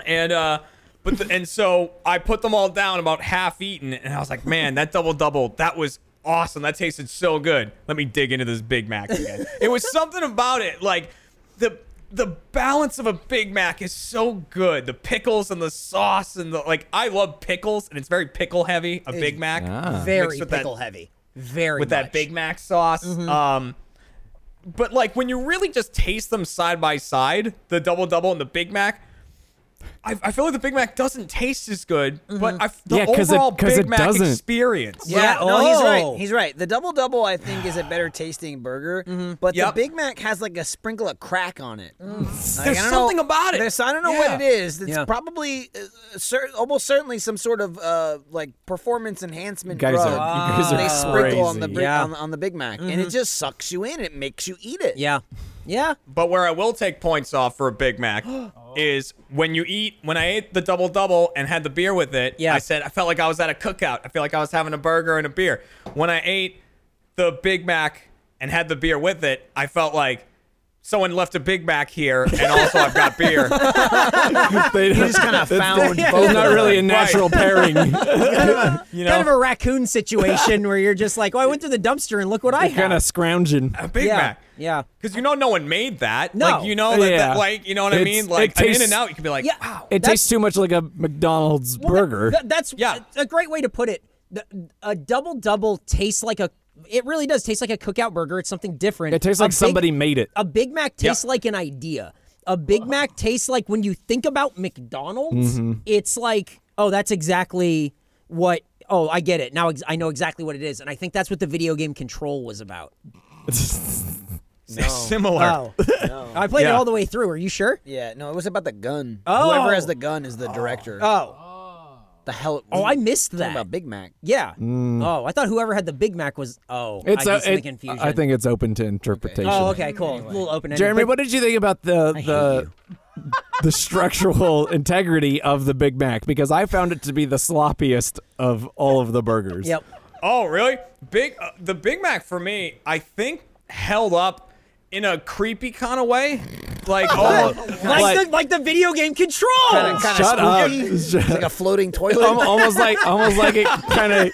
S5: and uh but the, and so I put them all down about half eaten and I was like, "Man, that double double, that was awesome. That tasted so good. Let me dig into this Big Mac again." it was something about it like the the balance of a Big Mac is so good. The pickles and the sauce and the like I love pickles and it's very pickle heavy, a Big Mac
S2: Ah.
S1: very
S5: mixed with that-
S1: pickle heavy. Very
S5: with
S1: much. Mm-hmm.
S5: that Big Mac sauce. Um, but like when you really just taste them side by side, the double double and the Big Mac, I, I feel like the Big Mac doesn't taste as good, but I, f- the
S2: Yeah, 'cause it-
S5: overall
S2: 'cause
S5: Big
S2: it
S5: Mac
S2: doesn't.
S5: experience.
S3: Yeah,
S1: Mm-hmm. Yeah,
S3: no, he's
S1: oh.
S3: right. He's right. The double double, I think, is a better tasting burger, but
S5: Yep.
S3: the Big Mac has like a sprinkle of crack on it. Like,
S5: There's
S3: I don't
S5: something
S3: know,
S5: about it.
S3: There's, I don't know
S5: Yeah.
S3: what it is. It's
S1: Yeah.
S3: probably uh, cer- almost certainly some sort of uh, like performance enhancement
S2: guys are-
S3: drug.
S2: you guys are
S3: they sprinkle on the
S2: crazy.
S3: bri-
S1: Yeah.
S3: on, on the Big Mac, and it just sucks you in. It makes you eat it.
S1: Yeah. Yeah.
S5: But where I will take points off for a Big Mac is when you eat. When I ate the double double and had the beer with it,
S1: Yeah.
S5: I said I felt like I was at a cookout. I feel like I was having a burger and a beer. When I ate the Big Mac and had the beer with it, I felt like someone left a Big Mac here, and also I've got beer.
S2: They
S3: just kinda found both
S2: It's not
S3: of
S2: really a
S5: them.
S2: natural pairing.
S5: You
S1: Kind of
S5: know,
S1: a raccoon situation where you're just like, oh, I went to the dumpster and look what I have.
S2: kind of scrounging.
S5: a Big
S1: yeah.
S5: Mac.
S1: Yeah.
S5: Because you know no one made that.
S1: No.
S5: Like you know that,
S2: Yeah.
S5: that like you know what I
S2: It's-
S5: mean?
S2: it
S5: Like an in
S2: tastes-
S5: and out you can be like,
S1: Yeah.
S5: wow.
S2: It
S1: That's-
S2: tastes too much like a McDonald's
S1: Well, that-
S2: burger.
S1: that- that's
S5: Yeah.
S1: a, a great way to put it. The, a double double tastes like a. It really does taste like a cookout burger. It's something different.
S2: it tastes
S1: A
S2: like
S1: Big-
S2: somebody made it.
S1: A Big Mac tastes like an idea. A Big Mac tastes like when you think about McDonald's,
S2: Mm-hmm.
S1: it's like, oh, that's exactly what. Oh, I get it. Now ex- I know exactly what it is. And I think that's what the video game Control was about.
S5: Similar.
S1: I played it
S5: Yeah.
S1: all the way through. Are you sure?
S3: Oh. Yeah, no, it was about the gun. Oh. Whoever has the gun is the director.
S1: Oh.
S3: The hell!
S1: Oh, I missed
S3: talking
S1: that.
S3: about Big Mac.
S1: Yeah. Oh, I thought whoever had the Big Mac was. Oh,
S2: Mm. it's
S1: I
S2: a,
S1: guess in the
S2: it-
S1: confusion.
S2: I think it's open to interpretation.
S1: Oh, okay, cool. A little open ended.
S2: Jeremy, what did you think about the the the structural integrity of the Big Mac? Because I found it to be the sloppiest of all of the burgers.
S1: Yep.
S5: Oh, really? Big uh, the Big Mac for me, I think held up in a creepy kind of way. Like oh,
S1: Like,
S2: Like-
S1: the, like the video game control.
S3: Kinda- kinda
S2: Shut up.
S3: spooky.
S2: Shut
S3: It's like a floating toilet.
S2: Al- almost like almost like it kind of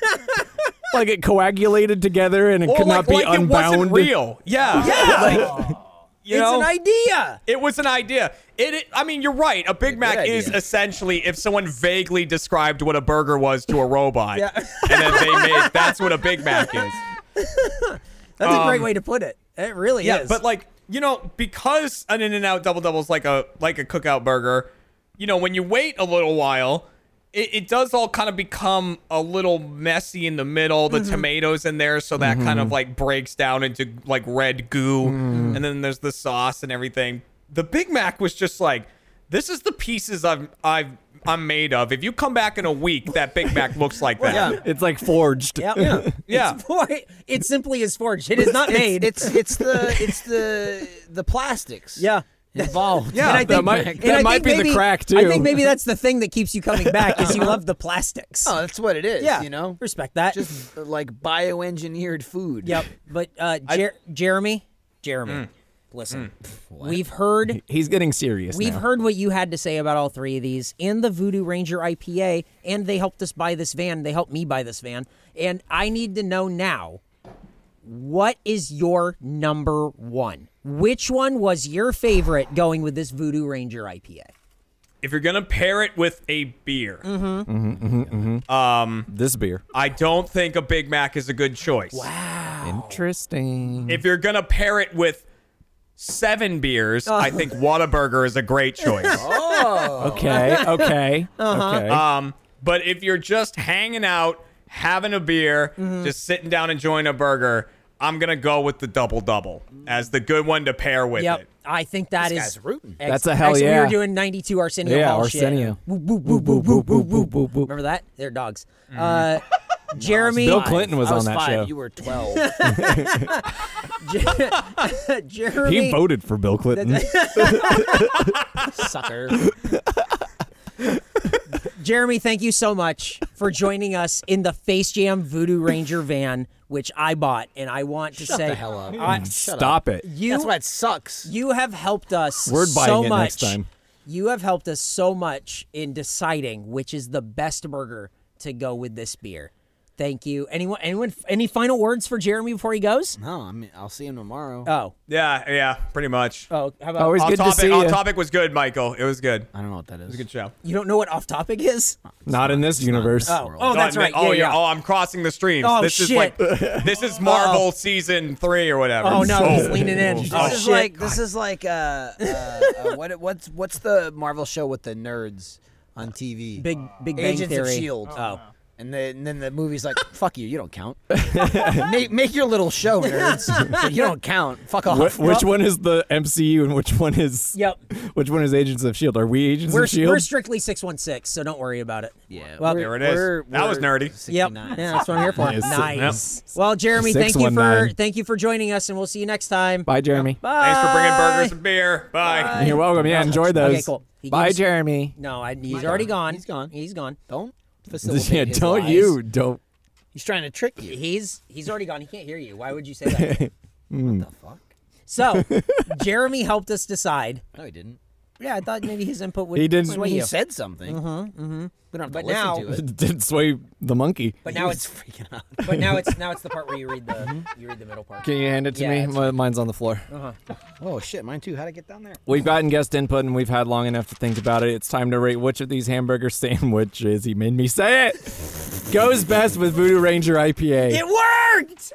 S2: like it coagulated together and it
S5: or
S2: could
S5: like,
S2: not be
S5: like it
S2: unbound.
S5: wasn't real. Yeah. Yeah. you
S1: it's
S5: know,
S1: an idea.
S5: it was an idea. It, it- I mean, you're right. A Big Mac
S3: idea.
S5: is essentially if someone vaguely described what a burger was to a robot, and then they made that's what a Big Mac is.
S1: That's a great
S5: Um,
S1: way to put it. It really
S5: Yeah,
S1: is.
S5: but like you know, because an In and Out double double is like a like a cookout burger, you know, when you wait a little while, it, it does all kind of become a little messy in the middle. The tomatoes in there, so that kind of like breaks down into like red goo, and then there's the sauce and everything. The Big Mac was just like, this is the pieces I've I've I'm made of. If you come back in a week, that Big Mac looks like that.
S3: yeah.
S2: It's like forged.
S1: Yep.
S5: Yeah.
S1: It's for- it simply is forged. It is not made.
S3: It's it's the it's the the plastics.
S1: yeah.
S3: Involved.
S5: Yeah.
S1: and I
S5: that
S1: think,
S2: might-
S1: and
S2: that
S1: I
S2: might
S1: think
S2: be the
S1: maybe-
S2: crack,
S1: I
S2: too.
S1: think maybe that's the thing that keeps you coming back is you love the plastics.
S3: No, oh, that's what it is. you know,
S1: respect that.
S3: just uh, like bioengineered food.
S1: yep. But uh, Jer- Jeremy, Jeremy,
S2: Mm.
S1: listen, we've heard
S2: He's getting serious.
S1: We've
S2: now.
S1: heard what you had to say about all three of these and the Voodoo Ranger IPA, and they helped us buy this van. They helped me buy this van. And I need to know now what is your number one? Which one was your favorite going with this Voodoo Ranger IPA?
S5: If you're gonna pair it with a beer,
S2: this beer.
S5: I don't think a Big Mac is a good choice.
S1: Mm-hmm.
S2: Interesting.
S5: If you're gonna pair it with seven
S1: Oh.
S5: beers, I think Whataburger is a great choice.
S2: Okay. Okay. Okay.
S5: um, but if you're just hanging out, having a beer,
S1: Mm-hmm.
S5: just sitting down enjoying a burger, I'm gonna go with the double double as the good one to pair with
S1: Yep.
S5: it.
S1: I think that is.
S3: This guy's rooting.
S1: ex-
S2: That's a hell
S1: ex- We
S2: yeah.
S1: were doing 92 Arsenio
S2: Yeah,
S1: Hall
S2: Arsenio.
S1: shit. Woo, woo, woo, woo, woo, woo, woo, woo, woo. Remember that? They're dogs.
S3: Mm-hmm.
S1: Uh, Jeremy.
S2: Bill Clinton was,
S3: I was
S2: on that
S3: five.
S2: show.
S3: You were twelve.
S1: Jeremy.
S2: he voted for Bill Clinton.
S3: Sucker.
S1: Jeremy, thank you so much for joining us in the Face Jam Voodoo Ranger van, which I bought, and I want to
S3: Shut
S1: say
S3: the hell up.
S1: I-
S3: Shut up.
S2: Stop it.
S1: you
S3: That's why it sucks.
S1: you have helped us
S2: Word
S1: so
S2: buying it
S1: much.
S2: next time.
S1: You have helped us so much in deciding which is the best burger to go with this beer. Thank you. Anyone? Anyone? Any final words for Jeremy before he goes?
S3: No, I mean I'll see him tomorrow.
S1: Oh.
S5: Yeah, yeah, pretty much.
S1: Oh. How about?
S2: Always
S5: on
S2: good
S5: topic,
S2: to see
S5: on
S2: you.
S5: topic was good, Michael. It was good. It
S3: I don't know what that is.
S5: was a good show.
S1: You don't know what off topic is?
S3: Oh,
S2: Not in this universe.
S1: Oh. Oh, that's
S5: I
S1: right.
S5: admit- Oh,
S1: yeah, yeah.
S5: Oh, I'm crossing the streams.
S1: Oh,
S5: this
S1: shit.
S5: is like this is Marvel season three or whatever.
S1: Oh, no, he's leaning in.
S5: Oh,
S1: Oh,
S3: This is
S1: shit.
S3: like this is like uh, uh, uh what what's what's the Marvel show with the nerds on TV?
S1: Big Big Bang
S3: Agents
S1: Theory.
S3: of Shield.
S1: Oh.
S3: E And then, and then the movie's like, "Fuck you, you don't count. make, make your little show, nerds. But you don't count. Fuck off."
S2: Wh- which one is the MCU and which one is
S1: Yep.
S2: Which one is Agents of Shield? E Are we Agents
S1: We're,
S2: of Shield?
S1: we're strictly six one six, so don't worry about it.
S3: Yeah.
S1: Well,
S5: There it is. That was nerdy.
S1: Yep. Yeah, that's what I'm here for.
S2: Nice.
S1: Nice. Well, Jeremy, thank you for
S2: 619.
S1: thank you for joining us, and we'll see you next time.
S2: Bye, Jeremy.
S1: Bye.
S5: Thanks for bringing burgers and beer. Bye.
S2: You're welcome. Yeah, enjoy those.
S1: Okay, cool. He
S2: Bye,
S1: gives-
S2: Jeremy.
S1: No, I, he's already gone.
S3: He's gone.
S1: He's gone.
S3: Don't facilitate.
S2: Yeah,
S3: his
S2: don't
S3: lies.
S2: you don't.
S3: He's trying to trick you.
S1: He's he's already gone. He can't hear you. Why would you say that?
S3: What the fuck?
S1: so, Jeremy helped us decide.
S3: No, he didn't.
S1: Yeah, I thought maybe his input would
S2: He didn't-
S1: sway
S3: When he
S1: you.
S3: said something. Mm-hmm. Mm-hmm. We don't have to
S1: But
S3: listen
S1: now-
S3: to it.
S2: Did sway the monkey.
S1: But now it's
S3: freaking out.
S1: but now it's now it's the part where you read the you read the middle part.
S2: Can you hand it to
S1: Yeah,
S2: me?
S1: it's Uh-huh.
S2: Mi- Mine's on the floor.
S3: Oh shit, mine too. How'd I get down there?
S2: We've gotten guest input and we've had long enough to think about it. It's time to rate which of these hamburger sandwiches, he made me say it, goes best with Voodoo Ranger IPA.
S1: It worked.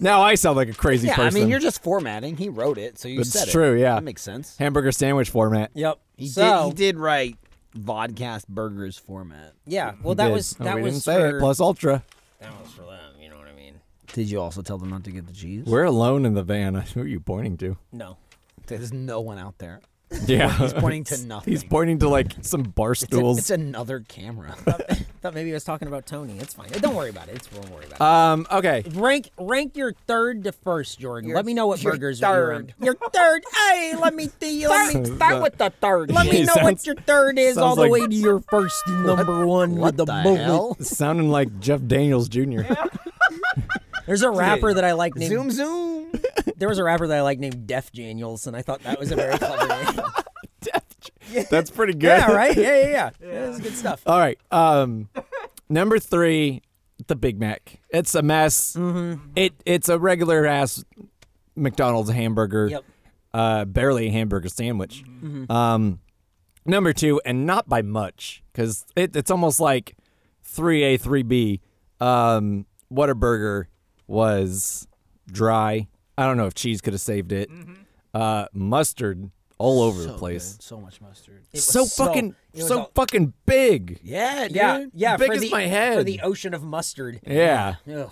S2: now I sound like a crazy
S3: Yeah,
S2: person.
S3: I mean you're just formatting. He wrote it, so you
S2: That's
S3: said it.
S2: true, yeah.
S3: that makes sense.
S2: hamburger sandwich format.
S1: Yep.
S3: He
S1: so
S3: did. He did write vodcast burgers format.
S1: yeah, well that
S2: Did.
S1: was
S2: Oh,
S1: that
S2: we
S1: was
S2: didn't say
S1: for-
S2: it. Plus Ultra.
S1: that was for them. You know what I mean?
S3: Did you also tell them not to get the cheese?
S2: We're alone in the van. Who are you pointing to?
S1: No.
S3: There's no one out there.
S2: Yeah.
S3: He's pointing to nothing.
S2: He's pointing to like some bar
S3: It's, a-
S2: stools.
S3: it's another camera.
S1: Thought maybe I was talking about Tony. It's fine. Don't worry about it. It's we won't worry about it.
S2: um, okay.
S1: rank rank your third to first, Jordan. let me know what
S3: your
S1: burgers you're
S3: third.
S1: Your third. Hey, let me see. Let me
S2: Start with
S1: the third. Let me
S2: Yeah,
S1: know what
S2: sounds-
S1: your third is all
S2: sounds
S1: the
S2: like-
S1: way to your first number one with
S3: what
S1: the,
S3: the,
S1: bullet.
S3: hell?
S2: Sounding like Jeff Daniels Jr.
S1: There's a rapper that I like named
S3: Zoom, zoom.
S1: There was a rapper that I like named Def Daniels, and I thought that was a very clever name.
S2: That's pretty good.
S1: yeah, right? Yeah, yeah, yeah. That was good stuff.
S2: All right. Um, number three, the Big Mac. It's a mess.
S1: Mm-hmm.
S2: It it's a regular ass McDonald's hamburger.
S1: Yep. Mm-hmm.
S2: Uh, barely a hamburger sandwich. Um, number two, and not by much, because it, it's almost like three A, three B. Um, Whataburger was dry. I don't know if cheese could have saved it.
S1: Mm-hmm.
S2: Uh, mustard all over the place.
S3: Oh, So much mustard.
S1: It was
S2: So fucking
S1: it was
S2: so
S1: all-
S2: fucking big.
S3: Yeah, dude.
S1: yeah, yeah.
S2: big
S1: for
S2: as
S1: the,
S2: my head.
S1: for the ocean of mustard.
S2: Yeah.
S1: Ugh.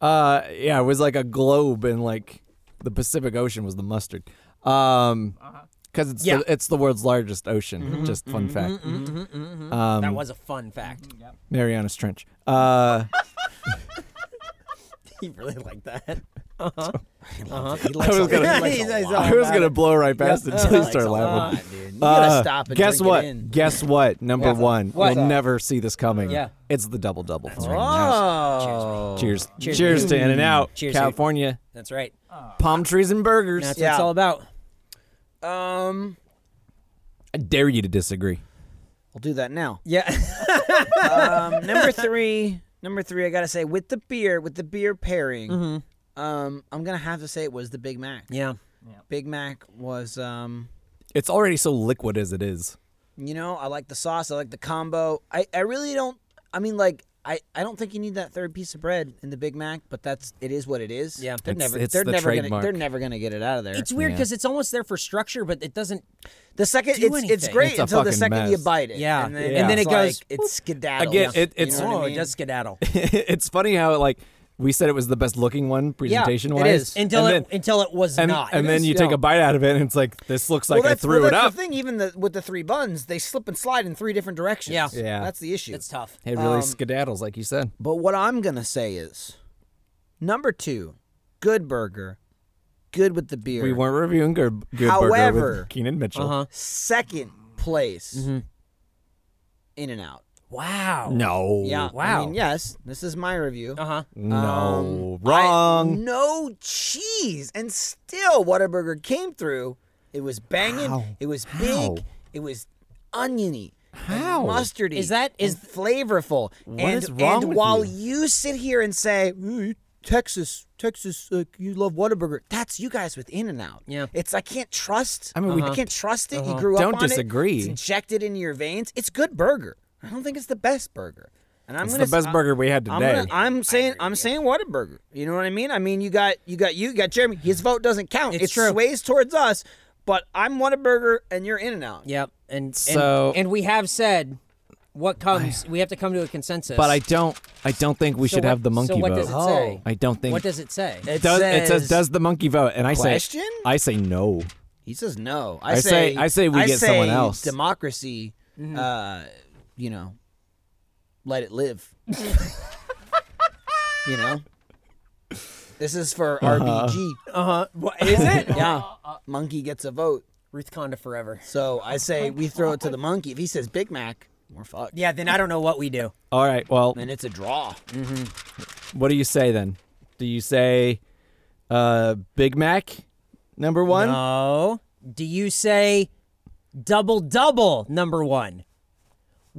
S2: Uh, yeah, it was like a globe, and like the Pacific Ocean was the mustard. Um,
S3: Uh-huh.
S2: because it's
S1: Yeah.
S2: the, it's the world's largest ocean.
S3: Mm-hmm.
S2: Just fun fact, Um,
S1: that was a fun fact.
S2: Marianas Trench. Uh,
S1: He really liked that.
S2: Uh-huh. I was gonna,
S1: He's- he's all
S2: I was
S1: about
S2: gonna
S1: it.
S2: blow right past
S3: Oh,
S2: it until you start
S3: God,
S2: laughing.
S3: dude. You
S2: Uh,
S3: gotta stop and
S2: guess
S3: drink
S2: what?
S3: It in.
S2: Guess what? Number one,
S1: What's
S2: you'll
S1: up?
S2: never see this coming.
S1: Yeah.
S2: it's the double double.
S3: Oh,
S2: Cheers!
S1: Cheers,
S2: Cheers, to In and Out,
S1: Cheers, dude.
S2: California.
S1: That's right.
S2: Palm trees and burgers.
S1: That's what
S3: Yeah.
S1: it's all about.
S3: um,
S2: I dare you to disagree.
S3: we'll do that now.
S1: Yeah.
S3: Um, number three, number three. I gotta say, with the beer, with the beer pairing,
S2: Mm-hmm.
S3: um, I'm gonna have to say it was the Big Mac.
S1: yeah.
S3: Big Mac was, um,
S2: It's already so liquid as it is.
S3: you know, I like the sauce, I like the combo. I, I really don't. I mean, like. I, I don't think you need that third piece of bread in the Big Mac, but that's it is what it is.
S1: Yeah.
S3: they're
S2: It's-
S3: never
S2: it's
S3: they're
S2: the
S3: never
S2: trademark.
S3: gonna they're never gonna get it out of there.
S1: It's weird because it's almost there for structure, but it doesn't.
S3: The second
S1: do
S3: it's it's
S1: anything.
S3: great
S2: It's a
S3: until the
S2: fucking
S3: second you
S2: mess.
S3: bite it.
S1: Yeah.
S3: and then,
S1: Yeah.
S3: and then it
S1: It's like,
S3: goes. it's skedaddle.
S2: Again, it- it's-
S3: you know
S1: oh,
S3: what I
S1: it
S3: mean?
S1: does skedaddle
S2: it's funny how like we said it was the best looking one presentation
S3: it
S2: wise
S3: is.
S1: until it
S2: and
S1: until it was
S2: then, and,
S1: not.
S2: and then
S3: is,
S2: you take
S3: yeah.
S2: a bite out of it and it's like this looks like I
S3: that's,
S2: threw
S3: well,
S2: it
S3: that's
S2: up.
S3: The thing, even the, with the three buns, they slip and slide in three different directions.
S1: Yeah.
S2: Yeah.
S3: that's the issue.
S1: it's tough.
S2: It really
S3: um,
S2: skedaddles, like you said.
S3: But what I'm gonna say is, number two, good burger, good with the beer.
S2: We weren't reviewing Good, good Burger
S3: However-
S2: with Keenan Mitchell.
S1: Uh-huh.
S3: second place. In and out.
S1: Wow.
S2: No,
S3: Yeah.
S1: Wow.
S3: I mean, yes, this is my review.
S1: Uh huh.
S2: no,
S3: um, I-
S2: wrong.
S3: no cheese, and still Whataburger came through. It was banging.
S2: How?
S3: It was big.
S2: How?
S3: It was oniony.
S2: How?
S3: mustardy.
S1: Is that- is-
S3: and flavorful? What and,
S2: is wrong
S3: And
S2: with
S3: while
S2: you?
S3: you? sit here and say "Mm, Texas, Texas, uh, you love Whataburger, that's you guys with In and Out.
S1: Yeah. Uh-huh.
S3: it's I can't trust. I
S2: mean,
S3: mean,
S2: we-
S3: we can't trust it. You grew
S2: Don't
S3: up on
S2: disagree.
S3: it. It's injected into your veins. It's good burger. I don't think it's the best burger. And I'm
S2: It's
S3: gonna
S2: the
S3: s-
S2: best
S3: I-
S2: burger we had
S3: I'm,
S2: today.
S3: gonna, I'm saying I'm saying Whataburger. You know what I mean? I mean you got you got you, you got Jeremy. His vote doesn't count.
S1: It's
S3: it
S1: true.
S3: sways towards us, but I'm Whataburger and you're In and Out.
S1: Yep. And
S2: So-
S1: and, and we have said what comes. we have to come to a consensus.
S2: but I don't. I don't think we
S1: So
S2: should
S1: what-
S2: have the monkey
S1: So what
S2: vote.
S1: does it say?
S2: I don't think.
S1: What does it say?
S3: It,
S2: does,
S3: says,
S2: it says does the monkey vote? And I
S3: Question?
S2: say I say no.
S3: He says no. I,
S2: I say-
S3: say,
S2: I say we get
S3: say
S2: someone else. Mm-hmm.
S3: Democracy, uh, you know, let it live. you know, this is for RBG.
S1: Uh-huh. What, is it?
S3: Yeah, monkey gets a vote.
S1: Ruth Conda forever.
S3: So I say we throw it to the monkey. If he says Big Mac, we're fucked.
S1: Yeah, then I don't know what we do.
S2: All right. Well,
S3: and it's a draw.
S2: what do you say then? Do you say uh, Big Mac number one?
S1: No. Oh, Do you say double double number one?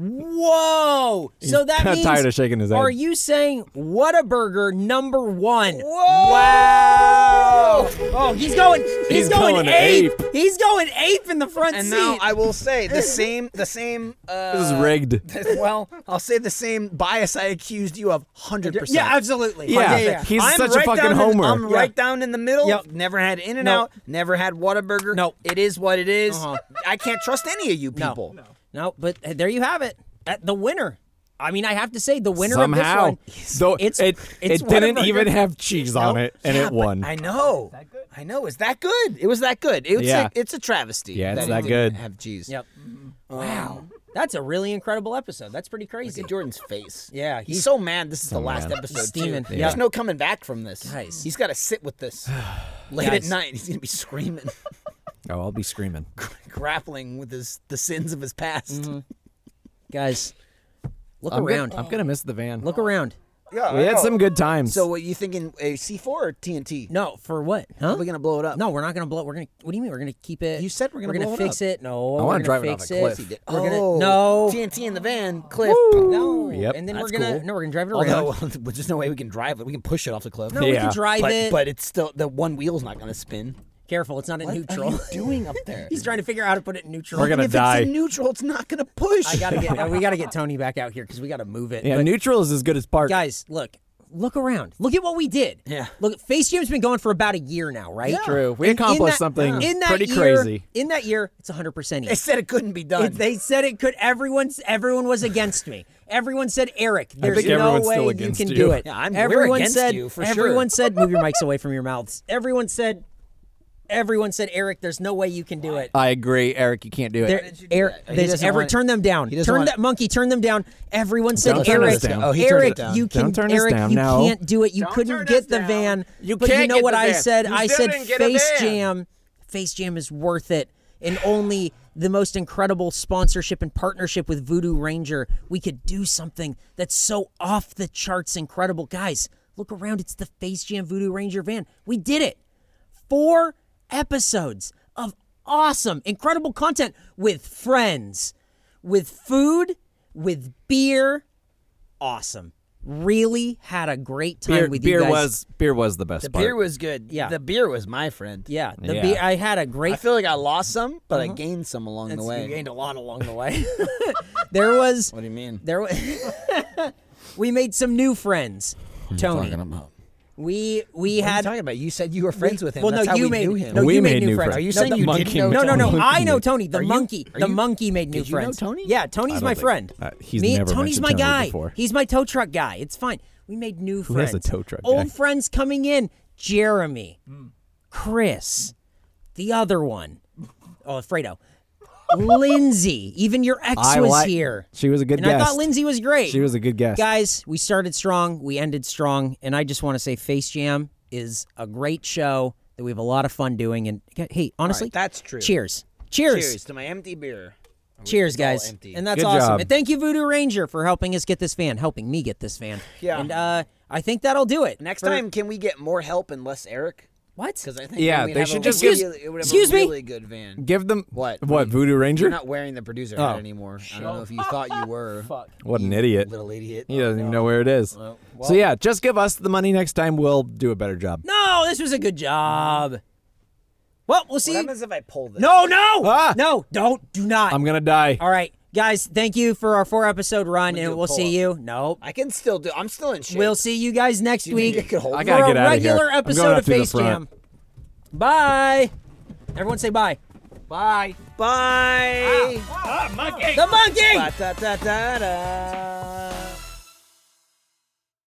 S1: Whoa! so that
S2: kinda
S1: means
S2: tired of shaking his head.
S1: Are you saying Whataburger number one?
S3: Wow!
S1: Oh, he's going. He's,
S2: He's
S1: going,
S2: going
S1: ape.
S2: ape.
S1: He's going ape in the front
S3: And
S1: seat.
S3: now I will say the same. The same. Uh,
S2: This is rigged.
S3: well, I'll say the same bias I accused you of hundred percent.
S1: yeah, absolutely.
S2: Yeah,
S1: yeah, yeah.
S2: he's
S3: I'm
S2: such
S3: right
S2: a fucking
S3: down in-
S2: homer.
S3: I'm right down in the middle.
S1: Yep.
S3: Never had In and
S1: No.
S3: Out. Never had Whataburger.
S1: No.
S3: It is what it is.
S1: Uh-huh.
S3: I can't trust any of you
S1: No.
S3: people.
S1: No. but uh, there you have it. Uh, the winner. I mean, I have to say, the winner
S2: Somehow,
S1: of this one.
S2: though
S1: it's,
S2: it
S1: it's
S2: it didn't
S1: Whataburger.
S2: even have cheese on it, and
S3: Yeah,
S2: it
S3: but
S2: won.
S3: I know. I know. Is that good? It was that good. It was
S2: Yeah.
S3: like- it's a travesty.
S2: Yeah, it's
S3: that, it
S2: that good.
S3: didn't Have cheese.
S1: Yep. Mm-hmm. Wow. That's a really incredible episode. That's pretty crazy.
S3: Look at Jordan's face.
S1: Yeah,
S3: he's,
S1: he's-
S3: so mad. This is the last
S2: mad.
S3: episode.
S1: He's steaming.
S3: Too.
S1: Yeah.
S3: There's no coming back from this.
S1: Guys.
S3: He's got to sit with this late
S1: Guys.
S3: at night. He's gonna be screaming,
S2: oh, I'll be screaming.
S3: grappling with his the sins of his past.
S1: Mm-hmm. Guys, look
S2: I'm
S1: around.
S2: Gonna, I'm gonna miss the van.
S1: look around.
S3: Yeah,
S2: we had some good times.
S3: So, what you thinking? A C4 or TNT?
S1: No, for what? Huh?
S3: Are we gonna blow it up?
S1: No, we're not gonna blow. We're gonna. What do you mean? We're gonna keep it.
S3: You said we're gonna blow it
S1: fix
S3: up.
S1: it. No,
S2: wanna
S1: we're gonna
S2: drive it off
S1: fix
S2: a
S1: it.
S2: cliff.
S3: He did.
S1: We're gonna
S3: Oh,
S1: no,
S3: TNT in the van, Cliff.
S1: no.
S2: Yep,
S1: and then we're
S2: that's
S1: gonna
S2: cool.
S1: no, we're gonna drive it around.
S3: Although there's no way we can drive it. We can push it off the cliff.
S1: no, we
S2: Yeah.
S1: can drive
S3: but,
S1: it.
S3: but it's still the one wheel's not gonna spin.
S1: Careful, it's not in neutral.
S3: What are you doing up there?
S1: He's trying to figure out how to put it in neutral.
S2: We're gonna
S3: if
S2: die.
S3: it's in neutral, it's not gonna push.
S1: I gotta get. we gotta get Tony back out here because we gotta move it.
S2: yeah,
S1: But
S2: neutral is as good as park.
S1: guys, look, look around. Look at what we did.
S3: Yeah.
S1: Look, Face Jam's been going for about a year now, right?
S2: True. We
S1: And in
S2: accomplished
S1: that-
S2: something
S1: in that
S2: pretty
S1: year-
S2: crazy.
S1: In that year, it's 100 percent
S3: They said it couldn't be done.
S1: It- they said it could. Everyone's everyone was against me. Everyone said, "Eric, there's
S2: think
S1: no
S2: everyone's
S1: way
S2: still
S1: you
S2: against
S1: can
S2: you."
S1: do it."
S3: Yeah, I'm- we're
S1: everyone
S3: against
S1: said.
S3: you, for sure.
S1: everyone said, "Move your mics away from your mouths." Everyone said. Everyone said, "Eric, there's no way you can do it."
S2: I agree, Eric. You can't do it.
S1: There, Eric,
S3: He
S1: there's
S3: doesn't
S1: every
S3: want-
S1: turn them down.
S3: he doesn't
S1: Turn
S3: want-
S1: that monkey. Turn them down. Everyone said,
S2: Don't turn us
S1: "Eric,
S2: down.
S3: Oh, he turned
S1: Eric,
S3: it down.
S1: you
S2: Don't
S1: can,
S2: turn us
S1: Eric,
S2: down,
S1: you
S2: no.
S1: can't do it. You
S6: Don't turn
S1: couldn't get
S6: us
S1: the
S6: down.
S1: van."
S2: You
S1: but you
S2: can't
S1: know
S2: get
S1: what
S2: the
S1: I
S2: van.
S1: said?
S2: You
S1: I
S2: still
S1: said,
S2: didn't get a
S1: "Face
S2: van."
S1: Jam, Face Jam is worth it." And only the most incredible sponsorship and partnership with Voodoo Ranger, we could do something that's so off the charts incredible, guys. Look around. It's the Face Jam Voodoo Ranger van. We did it four episodes of awesome, incredible content with friends, with food, with beer. Awesome. Really had a great time
S2: beer
S1: with
S2: beer
S1: you guys.
S2: was beer was the best part.
S3: beer was good.
S1: Yeah.
S3: the beer was my friend.
S1: yeah, the
S2: Yeah.
S1: beer. I had a great
S3: I feel like I lost some, but I gained some along the way.
S1: You gained a lot along the way. there was
S3: what do you mean?
S1: there was we made some new friends. Tony,
S3: about?
S1: we we
S3: What are you
S1: had
S3: talking about? You said you were friends with him.
S1: well,
S3: That's
S1: no,
S3: how
S1: you
S3: we
S1: made
S3: knew him.
S1: no,
S2: We
S1: you
S2: made
S1: made,
S2: new
S1: new
S2: friends.
S1: friends.
S3: Are you
S1: No,
S3: saying
S1: the
S3: you
S1: monkey-
S3: didn't know?
S1: No, no,
S3: Tony?
S1: no. I know Tony, the
S3: Are you-
S1: monkey.
S3: are
S1: the
S3: you-
S1: monkey made new
S3: you know
S1: friends.
S3: Tony?
S1: Yeah, Tony's
S2: don't
S1: my
S2: think-
S1: friend.
S2: uh, he's
S1: Me,
S2: never
S1: Tony's
S2: mentioned
S1: my
S2: Tony
S1: guy.
S2: before.
S1: He's my tow truck guy. It's fine. We made new
S2: has
S1: friends.
S2: a tow truck
S1: Old
S2: guy?
S1: friends coming in. Jeremy,
S3: Hmm.
S1: Chris, the other one. Oh, Fredo. Lindsay, even your ex
S2: I
S1: was
S2: like-
S1: here.
S2: She was a good
S1: And I
S2: guest.
S1: thought Lindsay was great.
S2: She was a good guest.
S1: Guys, we started strong, we ended strong, and I just want to say Face Jam is a great show that we have a lot of fun doing. And hey, honestly,
S3: that's true.
S1: Cheers. Cheers.
S3: Cheers to my empty beer.
S1: Cheers,
S3: all
S1: guys.
S3: empty.
S1: And that's
S2: Good
S1: awesome.
S2: job.
S1: And thank you, Voodoo Ranger, for helping us get this van, helping me get this van.
S3: Yeah.
S1: And uh, I think that'll do it.
S3: Next
S1: for-
S3: time, can we get more help and less Eric?
S1: What?
S3: Because I think
S2: Yeah,
S3: then we'd
S2: they
S3: have
S2: should
S3: a
S2: just
S1: give-
S3: really, it would have
S1: Excuse
S3: a
S1: me?
S3: really good van.
S2: Give them
S3: What?
S2: What Voodoo Ranger?
S3: You're not wearing the producer hat
S2: Oh.
S3: anymore. I don't know if you thought you were. Fuck.
S2: what an idiot!
S3: Little idiot.
S2: He doesn't even know where it is. so yeah, just give us the money next time. We'll do a better job.
S1: No, this was a good job. Well, we'll see.
S3: What happens if I pull this?
S1: no, no,
S2: Ah!
S1: no! Don't, do not.
S2: I'm gonna die.
S1: All right, guys. Thank you for our four episode run,
S3: do
S1: and
S3: a
S1: we'll see you. No,
S3: I can still do. I'm still in shape.
S1: we'll see you guys next
S3: you think
S1: week
S3: I could hold
S2: I
S3: it?
S2: gotta
S1: for
S2: get
S1: a
S2: out of here.
S1: regular
S2: I'm going
S1: episode
S2: up
S1: of
S2: through the
S1: Face Jam.
S2: front.
S1: Bye. Everyone, say bye. Bye.
S3: Bye.
S1: The monkey.
S3: Ba-da-da-da-da.